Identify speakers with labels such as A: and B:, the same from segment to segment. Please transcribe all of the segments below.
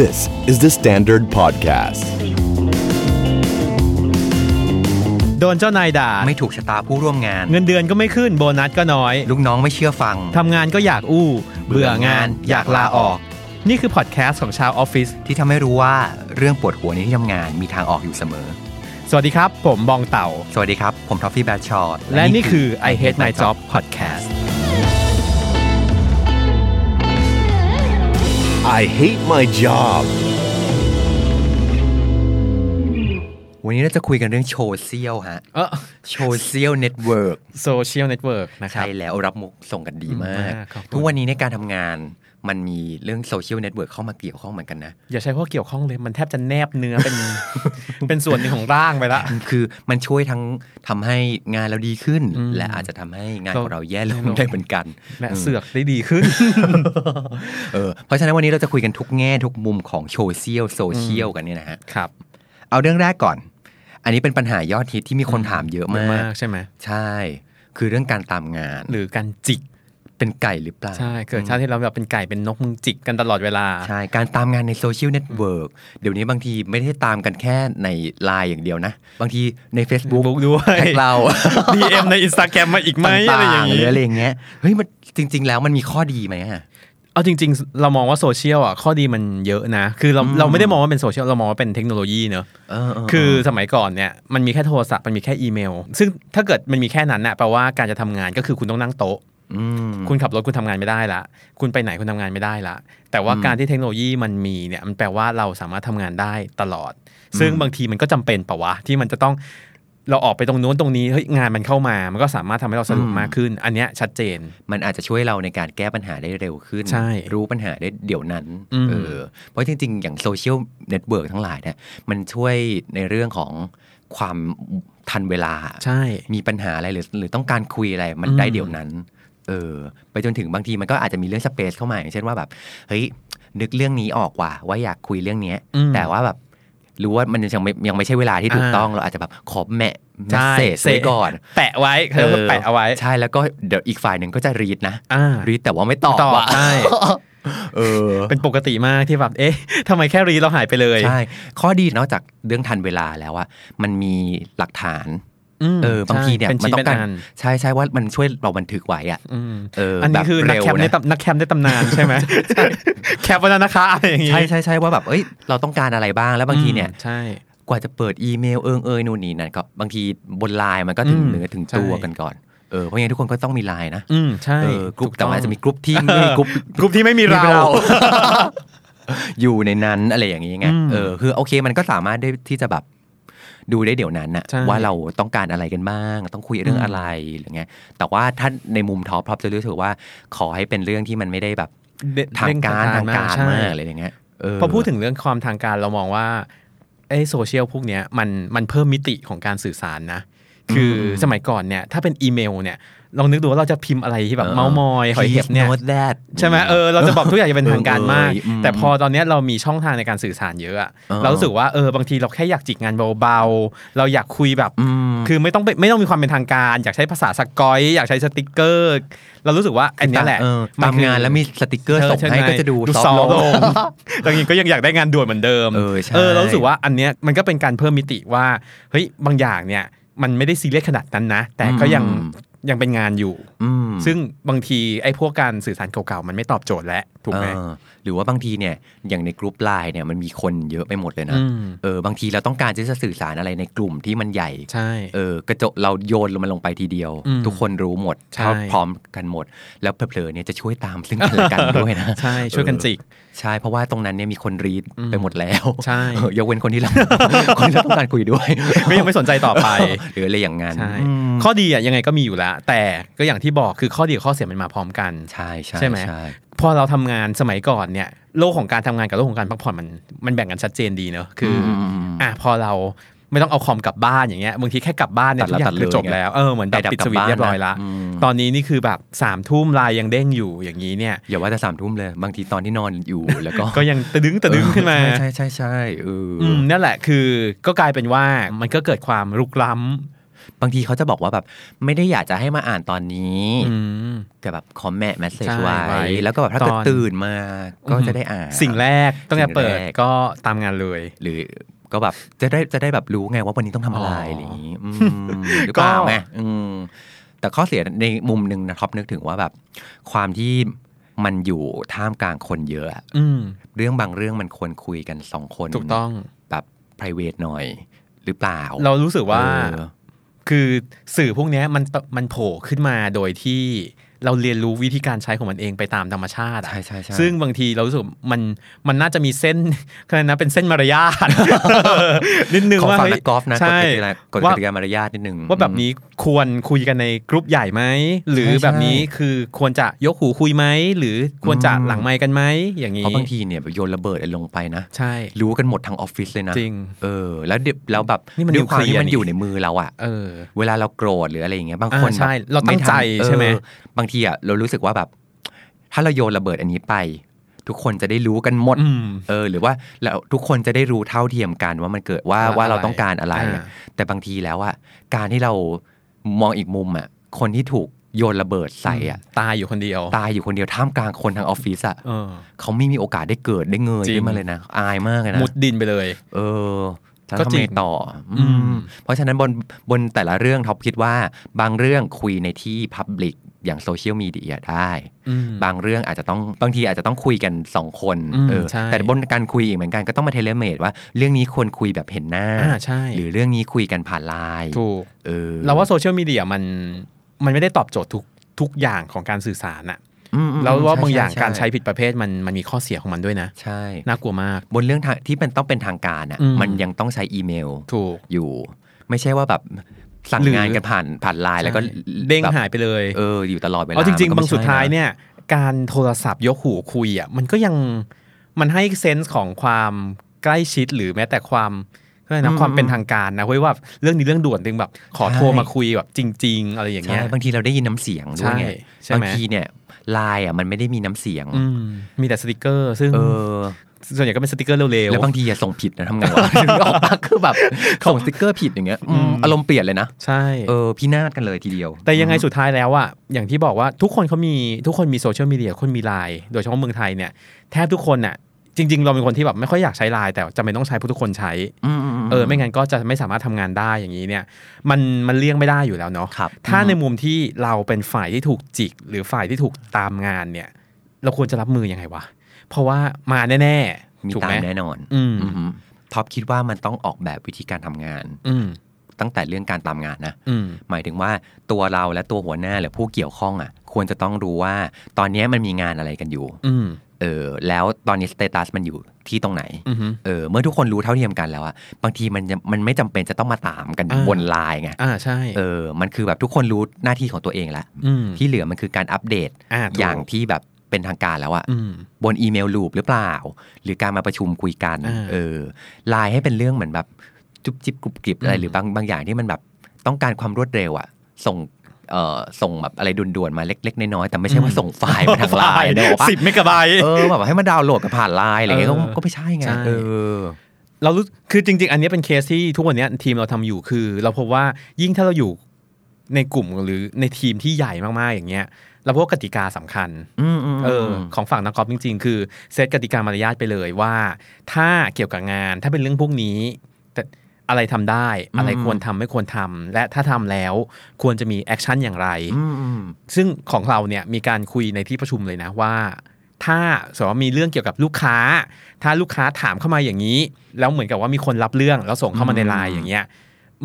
A: This is the Standard Podcast.
B: โดนเจ้านายด่า
C: ไม่ถูกชะตาผู้ร่วมงาน
B: เงินเดือนก็ไม่ขึ้นโบนัสก็น้อย
C: ลูกน้องไม่เชื่อฟัง
B: ทำงานก็อยากอู้
C: เบื่
B: เบื่
C: อ
B: อาง
C: งาน น
B: อยากลาออก นี่คือพอดแคสต์ของชาวออฟฟิศ
C: ที่ทำให้รู้ว่าเรื่องปวดหัวในที่ทำงานมีทางออกอยู่เสมอ
B: สวัสดีครับ ผมบองเต่า
C: สวัสดีครับ ผมทอฟฟี่แบชชอร์
B: และนี่คือ I Hate My Job Podcast
A: I hate my job.
C: วันนี้เราจะคุยกันเรื่องโชว์เซียลฮะ
B: เออ
C: โชว์เซียลเน็ตเวิร์ก
B: โซเชียลเน็ตเวิร์กนะครั
C: ใช่
B: บ
C: แล้วรับมุกส่งกันดีมาม
B: าก กขอบคุณ
C: ทุกวันนี้ในการทำงาน มันมีเรื่องโซเชียลเน็ตเวิร์กเข้ามาเกี่ยวข้องเหมือนกันนะ
B: อย่าใช้พวกเกี่ยวข้องเลย มันแทบจะแนบเนื้อเป็น เป็นส่วนหนึ่งของร่างไปละ
C: คือมันช่วยทั้งทำให้งานเราดีขึ้น
B: อืม
C: และอาจจะทำให้งาน
B: เรา
C: ของเราแย่ลงได้เหมือนกัน
B: และ
C: อืม
B: เสือกได้ดีขึ้น
C: เออเพราะฉะนั้นวันนี้เราจะคุยกันทุกแง่ทุกมุมของโซเชียลโซเชียลกันเนี่ยนะฮะ
B: ครับ
C: เอาเรื่องแรกก่อน อันนี้เป็นปัญหายอดฮิตที่มีคนถามเยอะมาก
B: มากใช่ไหม
C: ใช่ คือเรื่องการตามงาน
B: หรือการจิก
C: เป็นไก่หรือเปล่า
B: ใช่ เกิดชาติที่เราแบบเป็นไก่เป็นนกมึงจิกกันตลอดเวลา
C: ใช่ การตามงานในโซเชียลเน็ตเวิร์กเดี๋ยวนี้บางทีไม่ได้ตามกันแค่ในไลน์อย่างเดียวนะ บางทีใน Facebook
B: บุ๊กด้วย
C: แท็กเรา
B: DM ในอินสตาแกรม มาอีกไหม
C: ต่
B: อะไรอย่าง
C: ๆห
B: นี้
C: รืออะไรอย่างเงี้ยเฮ้ยมันจริง ๆ แล้วมันมีข้อดีไหมอะ
B: เอาจริง ๆ เรามองว่าโซเชียลอ่ะข้อดีมันเยอะนะ คือเราเราไม่ได้มองว่าเป็นโซเชียลเรามองว่าเป็นเทคโนโลยีเนอะ
C: เออเออ
B: คือสมัยก่อนเนี่ยมันมีแค่โทรศัพท์มันมีแค่อีเมล ซึ่งถ้าเกิดมันมีแค่นั้นน่ะแปลว่าการจะทำงานก็คือคุณต้องนั่งโต๊ะ
C: อืม
B: คุณขับรถคุณทำงานไม่ได้ละ คุณไปไหนคุณทำงานไม่ได้ละ แต่ว่าการที่เทคโนโลยีมันมีเนี่ยมันแปลว่าเราสามารถทำงานได้ตลอด ซึ่งบางทีมันก็จำเป็นปะวะที่มันจะต้องเราออกไปตรงนู้นตรงนี้เฮ้ยงานมันเข้ามา มันก็สามารถทำให้เราสะดวก
C: อืม
B: มากขึ้น อันเนี้ยชัดเจน
C: มันอาจจะช่วยเราในการแก้ปัญหาได้เร็วขึ้น
B: ใช่
C: รู้ปัญหาได้เดี๋ยวนั้น
B: อืม
C: เออเพราะจริง ๆ อย่างโซเชียลเน็ตเวิร์กทั้งหลายเนี่ยมันช่วยในเรื่องของความทันเวลา
B: ใช่
C: มีปัญหาอะไรหรือหรือต้องการคุยอะไรมัน
B: อืม
C: ได้เดี๋ยวนั้น เออ ไปจนถึงบางทีมันก็อาจจะมีเรื่องสเปซเข้ามาอย่างเช่นว่าแบบ เฮ้ย นึกเรื่องนี้ออกว่ะว่าอยากคุยเรื่องเนี้ย
B: อืม
C: แต่ว่าแบบรู้ว่ามันยังไม่ยังไม่ใช่เวลาที่ถูกต้องเราอาจจะแบบขอแมะเมส
B: ใช่
C: เซจไว้ก่อน
B: แปะไว้เขาเรียกว่าแปะเอาไว้
C: ใช่แล้วก็เดี๋ยวอีกฝ่ายหนึ่งก็จะรีดนะ
B: อ่า
C: รีดแต่ว่าไม่ตอบ
B: ตอบ
C: ว่ะ
B: ใช่
C: เออ
B: เป็นปกติมากที่แบบเอ๊ะทำไมแค่รีเราหายไปเลย
C: ใช่ ข้อดีนอกจากเรื่องทันเวลาแล้วอะมันมีหลักฐาน
B: ม
C: เออบางทีเนี่ย
B: ใช่ป็
C: มัน
B: ชิ้
C: ต้องการ
B: เป็นน
C: ใช่ใช่ว่ามันช่วยเราบันทึกไว้อะ
B: อืม
C: เออ
B: อัน
C: แบ
B: นี้
C: บ
B: คือนัก
C: เร็ว
B: แคปใน
C: นะ
B: ตำนักแคปในตำนานใช่ไหมแคปไวันนั้นนะคะอะไรอย่างงี้
C: ใช่ใช่ใช่ว่าแบบเอ้ยเราต้องการอะไรบ้างแล้วบางทีเนี่ย
B: อืมใช่
C: กว่าจะเปิดอีเมลเอิงเอยนู่นนี่นั่นก็บางทีบนไลน์มันก็ถึง
B: อืม
C: เนื้อถึงตัว
B: ใช่
C: กันก่อนเออเพราะงั้นทุกคนก็ต้องมีไลน์นะ
B: อืมใช่
C: เออกรุ๊ป
B: ถู
C: แต่
B: อง
C: ว่าจะมีกรุ๊ปที่ไม่มีกรุ๊ป
B: กรุ๊ปที่ไม่มีเรา
C: อยู่ในนั้นอะไรอย่างนี้ไง
B: อืม
C: เออคือโอเคมันก็สามารถได้ที่จะแบบดูได้เดี๋ยวนั้นนะ
B: ใช่
C: ว่าเราต้องการอะไรกันบ้าง ต้องคุยเรื่องอะไรหรือไงแต่ว่าถ้าในมุมท็อปท็อปจะรู้สึกว่า ขอให้เป็นเรื่องที่มันไม่ได้แบบ
B: เด
C: ทางการ
B: เร่
C: ทาง ง
B: ทางการ
C: การ
B: ใช่
C: มากอะไรอย่างเงี้ยเ
B: พอพูดถึงเรื่องความทางการเรามองว่าไอ้โซเชียลพวกเนี้ยมันมันเพิ่มมิติของการสื่อสารนะ คืออ
C: ม
B: สมัยก่อนเนี่ยถ้าเป็นอีเมลเนี่ยลองนึกดูว่าเราจะพิมพ์อะไรที่แบบเมามอยหอยเห็บเนี่ย
C: โน้ตแดด
B: ใช่ไหมเออเราจะบอกทุกอย่างจะเป็นทางการมาก
C: เออเออ
B: แต่พอตอนเนี้ยเรามีช่องทางในการสื่อสารเยอะอะ
C: เออ
B: เรารู้สึกว่าเออบางทีเราแค่อยากจิกงานเบาๆ เราอยากคุยแบบ
C: อืม
B: คือไม่ต้องไปไม่ต้องมีความเป็นทางการ อยากใช้ภาษาสกอย อยากใช้สติกเกอร์ เรารู้สึกว่าอันเนี้ยแหละ
C: เออ
B: มั
C: ตาน
B: คือง
C: มานแล้วมีสติกเกอร์
B: เออ
C: ส่งให้
B: ช่
C: ก็จะดู
B: ดู
C: ซ
B: ซ
C: อ
B: อ
C: ฟ
B: ฟ
C: ต์
B: ต์
C: ล
B: ล
C: ง
B: งแต่จริงๆ ก็ยังอยากได้งานด่วนเหมือนเดิม
C: เออใช่
B: เรารู้สึกว่าอันเนี้ยมันก็เป็นการเพิ่มมิติว่าเฮ้ยบางอย่างเนี่ยมันไม่ได้ซีเรียสขนาดนั้นนะ แต่ก็ยังยังเป็นงานอยู่
C: อืม
B: ซึ่งบางทีไอ้พวกการสื่อสารเก่าๆ มันไม่ตอบโจทย์แล้วถูกไหม
C: เออหรือว่าบางทีเนี่ยอย่างในกลุ่มไลน์เนี่ยมันมีคนเยอะไปหมดเลยนะ
B: อืม
C: เออบางทีเราต้องการที่จะสื่อสารอะไรในกลุ่มที่มันใหญ่
B: ใช่
C: เออกระจกเราโยนลงมันลงไปทีเดียว
B: อืม
C: ทุกคนรู้หมด
B: ใช่
C: เท่าพร้อมกันหมด แล้วเผลอๆเนี่ยจะช่วยตาม ซึ่งกันและกันด้วยนะ
B: ใช่ช่วยกันจิก
C: ใช่เพราะว่าตรงนั้นเนี่ยมีคนรีดไปหมดแล้ว
B: ใช่
C: เออยกเว้นคนที่เรา คนที่เราต้องการคุยด้วย
B: ก็ยังไม่สนใจต่อ ไป
C: หรืออะไรอย่างนั้น
B: ใช่
C: อืม
B: ข้อดีอ่ะยังไงก็มีอยู่แล้ว แต่ก็อย่างที่บอกคือข้อดีกับข้อเสียมันมาพร้อมกัน
C: ใช่ใช่
B: ใช่ไหม
C: ใช่
B: พอเราทำงานสมัยก่อนเนี่ยโลกของการทำงานกับโลกของการพักผ่อนมันมันแบ่งกันชัดเจนดีเนอะคืออ
C: ม
B: อ่ะพอเราไม่ต้องเอาคอมกลับบ้านอย่างเงี้ยบางทีแค่กลับบ้านเนี่ย
C: ตัด
B: ทุกอย่าง
C: ละตัดเล
B: คื
C: ย
B: อจบแล้วเออเหมือนแบบ
C: ไอ้ดับ
B: ปิดสวิตช์
C: กลั
B: เรี
C: บ
B: ยบ
C: บ้าน
B: ร้อยละ
C: นะอืม
B: ตอนนี้นี่คือแบบสามทุ่มไลายยังเด้งอยู่อย่างนี้เนี่ย
C: อย่าว่าแต่สามทุ่มเลย บางทีตอนที่นอนอยู่แล้วก็
B: ก็ยังตะดึงตะดึงขึ้นมา
C: ใช่ใช่ใช่ใช่เอออ
B: อืมนั่นแหละคือก็กลายเป็นว่ามันก็เกิดความรุกล้ำ
C: บางทีเขาจะบอกว่าแบบไม่ได้อยากจะให้มาอ่านตอนนี้
B: อืม
C: แต่แบบคอมแมทแมสเซจ
B: ใช่
C: ไว้
B: ไว้
C: แล้วก็แบบถ้าเกิด
B: ตอน
C: ตื่นมาก็จะได้อ่าน
B: สิ่งแรกตั้งแต่เปิด
C: สิ่งแรก
B: ก็ตามงานเลย
C: หรือก็แบบจะได้จะได้แบบรู้ไงว่าวันนี้ต้องทำอะไรอะไรอย่างนี้อืมหรือเปล่าไงอืมแต่ข้อเสียในมุมหนึ่งนะท็อปนึกถึงว่าแบบ ความที่มันอยู่ท่ามกลางคนเยอะอะ
B: อืม
C: เรื่องบางเรื่องมันควรคุยกันสองคน
B: ถูกต้อง
C: แบบ p r i v a t หน่อย หรือเปล่า
B: เรารู้สึกว่า
C: เออ
B: คือสื่อพวกเนี้ยมันมันโผล่ขึ้นมาโดยที่เราเรียนรู้วิธีการใช้ของมันเองไปตามธรรมชาติอะ
C: ใช่ใช่ใช่
B: ซึ่งบางทีเรารู้สึกมันมันน่าจะมีเส้น คะแนนนะเป็นเส้นมารยา ท นิดนึง
C: ของ
B: ว่า
C: ฝั่ง
B: เฮ้ย
C: นักกอล์ฟนะกฎ
B: ใช่
C: กติกากฎก
B: ว่า
C: ติกามารยาทนิดนึง
B: ว่าแบบนี้ควรคุยกันในกรุ๊ปใหญ่ไหม หรือ
C: ใช่
B: แบบนี้
C: ใช่
B: คือควรจะยกหูคุยไหม หรือควรจะหลังไมค์กันไหมอย่างนี้
C: เพราะบางทีเนี่ยแบบโยนระเบิดอะไรลงไปนะ
B: ใช่
C: รู้กันหมดทั้งออฟฟิศเลยนะ
B: จริง
C: เออ แล้วเดี๋ยวแล้วแบบ
B: นี่มัน
C: ด้วยความ
B: นิ
C: ที่
B: วเคลียร์
C: มัน
B: นี่
C: อยู่ในมือเราอะ
B: เออ
C: เวลาเราโกรธหรืออะไรอย่างเงี้ยบาง
B: อ่า
C: คน
B: ใช่
C: แบบ
B: เราตั้ง
C: ทัน
B: ใจใช่ไหม
C: เออบางทีอะเรารู้สึกว่าแบบ ถ้าเราโยนระเบิดอันนี้ไป ทุกคนจะได้รู้กันหมด
B: อืม
C: เออ หรือว่าเราทุกคนจะได้รู้เท่าเทียมกันว่ามันเกิดว่า
B: ว่า
C: ว่าเรา
B: อะไร
C: ต้องการอะไรอะ
B: อ่า
C: แต่บางทีแล้วอะการที่เรามองอีกมุมอะคนที่ถูกโยนระเบิดใส่อะ
B: ตายอยู่คนเดียว
C: ตายอยู่คนเดียวท่ามกลางคนทั้งออฟฟิศอะ
B: เออ
C: เขาไม่มีโอกาสได้เกิดได้เงย
B: จริง
C: ขึ้นมาเลยนะ อายมากเลยนะ
B: มุดดินไปเลย
C: เออแล้ว
B: ก็
C: ทำ
B: จริ
C: ไง
B: ง
C: ต่ออ
B: ม
C: อืมเพราะฉะนั้นบนบนแต่ละเรื่องท็อปคิดว่าบางเรื่องคุยในที่พับลิกอย่างโซเชียลมีเดียได้
B: อืม
C: บางเรื่องอาจจะต้องบางทีอาจจะต้องคุยกันสองคน
B: อืม
C: เออ
B: ใช่
C: แต่บนการคุยอีกเหมือนกันก็ต้องมาเทเลเมดว่าเรื่องนี้ควรคุยแบบเห็นหน้า
B: อ่าใช่
C: หรือเรื่องนี้คุยกันผ่านไลน์
B: ถูก
C: เออ
B: เราว่าโซเชียลมีเดียมันมันไม่ได้ตอบโจทย์ทุกทุกอย่างของการสื่อสารอะ
C: อืมอืม
B: แล้วว่าบางอย่าง
C: ช่
B: การใช้ผิดประเภทมันมันมีข้อเสียของมันด้วยนะ
C: ใช่
B: น่ากลัวมาก
C: บนเรื่องทางที่เป็นต้องเป็นทางการอ่ะ
B: อืม
C: มันยังต้องใช้อีเมล
B: ถูก
C: อยู่ ไม่ใช่ว่าแบบสั่ง
B: หรือ
C: งานกันผ่านผ่านไลน์แล้วก็
B: ใช่เด้ง
C: แบบ
B: หายไปเลย
C: เอออยู่ตลอดเวลา
B: เอาจริง
C: มัน
B: ๆ
C: ก็ไม่
B: บางสุด
C: ใช่
B: ท้าย
C: นะ
B: เนี่ย การโทรศัพท์ยกหูคุยอ่ะมันก็ยังมันให้เซนส์ของความใกล้ชิดหรือแม้แต่ความก็นะความเป็นทางการนะเว้ยว่าเรื่องนี้เรื่องด่วนจึงแบบขอโทรมาคุยแบบจริง ๆ อะไรอย่างเงี้
C: ใช่
B: ย
C: บางทีเราได้ยินน้ำเสียงด้วยไง
B: ใช่ใช่ไหม
C: บางทีเนี่ยไลน์อ่ะมันไม่ได้มีน้ำเสียง
B: อืมมีแต่สติกเกอร์ ซึ่ง
C: เออ
B: ส่วนใหญ่ก็เป็นสติกเกอร์เร็ว
C: แล้วบางทีอะส่งผิดนะทำไง วะ นึกออกปะคือแบบส่งสติกเกอร์ผิดอย่างเงี้ยอืมอารมณ์เปลี่ยนเลยนะ
B: ๆใช่
C: เออพี่นาดกันเลยทีเดียว
B: แต่ยังไงสุดท้ายแล้วอะอย่างที่บอกว่าทุกคนเขามีทุกคนมีโซเชียลมีเดียคนมีไลน์โดยเฉพาะเมืองไทยเนี่ยแทบทุกคนน่ะจริง ๆ เราเป็นคนที่แบบไม่ค่อยอยากใช้ไลน์แต่จำเป็นต้องใช้เพราะทุกคนใช้
C: อืมอืมอืม
B: เออไม่งั้นก็จะไม่สามารถทำงานได้อย่างนี้เนี่ยมันมันเลี่ยงไม่ได้อยู่แล้วเนาะ
C: ครับ
B: ถ้าในมุมที่เราเป็นฝ่ายที่ถูกจิก หรือฝ่ายที่ถูกตามงานเนี่ย เราควรจะรับมือยังไงวะเพราะว่ามาแน่
C: มี
B: ๆถูก
C: ตา
B: ไหม
C: มแน่นอน
B: อืม
C: อืมท็อปคิดว่ามันต้องออกแบบวิธีการทำงาน
B: อืม
C: ตั้งแต่เรื่องการตามงานนะ
B: อืม
C: หมายถึงว่าตัวเราและตัวหัวหน้าหรือผู้เกี่ยวข้องอ่ะ ควรจะต้องรู้ว่าตอนเนี้ยมันมีงานอะไรกันอยู่
B: อืม
C: เออแล้วตอนนี้สเตตัสมันอยู่ที่ตรงไหน
B: อืม
C: เออเมื่อทุกคนรู้เท่าเทียมกันแล้วอะบางทีมันจะมันไม่จำเป็นจะต้องมาตามกัน
B: อ่า
C: บนไลน์ไง
B: อ่าใช่
C: เออ มันคือแบบทุกคนรู้หน้าที่ของตัวเองแล้ว
B: อืม
C: ที่เหลือมันคือการอัปเดต
B: อ่าถูก
C: อย่างที่แบบเป็นทางการแล้วอะ
B: อืม
C: บนอีเมลลูปหรือเปล่า หรือการมาประชุมคุยกัน
B: อ่า
C: เออไลน์ให้เป็นเรื่องเหมือนแบบจุบจิบกรุบกริบอะไร
B: อืม
C: หรือบางบางอย่างที่มันแบบต้องการความรวดเร็วอะส่งเอ่อส่งแบบอะไรด่วนๆมาเล็ก ๆ น้อยๆแต่ไม่ใช่ว่าส่งไฟล์มาท างไล น์เนกอะปะ
B: สิบเมกะไบต์
C: เออแบบให้มาดาวน์โหลดกันผ่านไลน์อะไรเงี้ยก็
B: เออ
C: ก็ไม่ใช่ไง
B: ใช่
C: เออ
B: เรารู้คือจริง ๆ อันนี้เป็นเคสที่ทุกวันนี้ทีมเราทำอยู่คือ เราพบว่ายิ่งถ้าเราอยู่ในกลุ่มหรือในทีมที่ใหญ่มากๆอย่างเงี้ยเราพบว่ากติกาสำคัญ
C: อืมอืม
B: เออของฝั่งนักกอล์ฟจริง ๆ คือเซตกติกามารยาทไปเลยว่า ถ้าเกี่ยวกับงานถ้าเป็นเรื่องพวกนี้แต่อะไรทำได้ อะไรควรทำไม่ควรทำและถ้าทำแล้วควรจะมีแอคชั่นอย่างไร
C: อืมอืม
B: ซึ่งของเราเนี่ยมีการคุยในที่ประชุมเลยนะว่า ถ้าสมมติว่ามีเรื่องเกี่ยวกับลูกค้า ถ้าลูกค้าถามเข้ามาอย่างนี้ แล้วเหมือนกับว่ามีคนรับเรื่องแล้วส่งเข้ามาในไลน์อย่างเงี้ย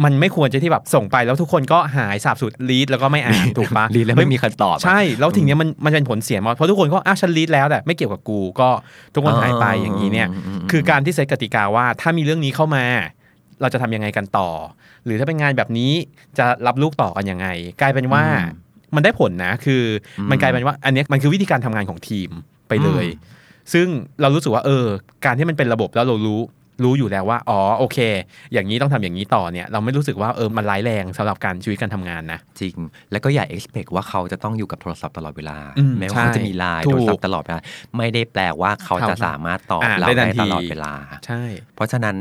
B: มันไม่ควรจะที่แบบส่งไปแล้วทุกคนก็หายสาบสุดรีดแล้วก็ไม่อ่านถูกปะ
C: รีดแล้วไม่มีคำตอบ
B: ใช่ แล้วทีเนี้ยมันมันเป็นผลเสียมากเพราะทุกคนก็อ้าฉันรีดแล้วแต่ไม่เกี่ยวกับกูก็ทุกคนหายไปอย่างนี้เนี่ย
C: อืมอืมอืม
B: คือการที่เซตกติกาว่าถ้ามีเรื่องนี้เข้ามา เราจะทำยังไงกันต่อ หรือถ้าเป็นงานแบบนี้จะรับลูกต่อกันยังไง กลายเป็นว่า มันได้ผลนะ คืออมันกลายเป็นว่า อันเนี้ยมันคือวิธีการทำงานของทีมไปเลย ซึ่งเรารู้สึกว่าเออ การที่มันเป็นระบบแล้วเรารู้รู้อยู่แล้วว่า อ๋อโอเค อย่างนี้ต้องทำอย่างนี้ต่อเนี่ยเราไม่รู้สึกว่าเออมันร้ายแรงสำหรับการชีวิตการทำงานนะ
C: จริง แล้วก็อย่า expect ว่าเขาจะต้องอยู่กับโทรศัพท์ตลอดเวลา
B: อืม
C: แม้
B: ใช่
C: ว่าเขาจะมีไลน์
B: ถูก
C: โทรศัพท์ตลอดเวลาไม่ได้แปลว่าเขาจะ
B: เขา
C: สามารถตอบ
B: อ่าน
C: เรา
B: ได้ทั
C: ได้
B: นที
C: ตลอดเวลา
B: ใช่
C: เพราะฉะนั้น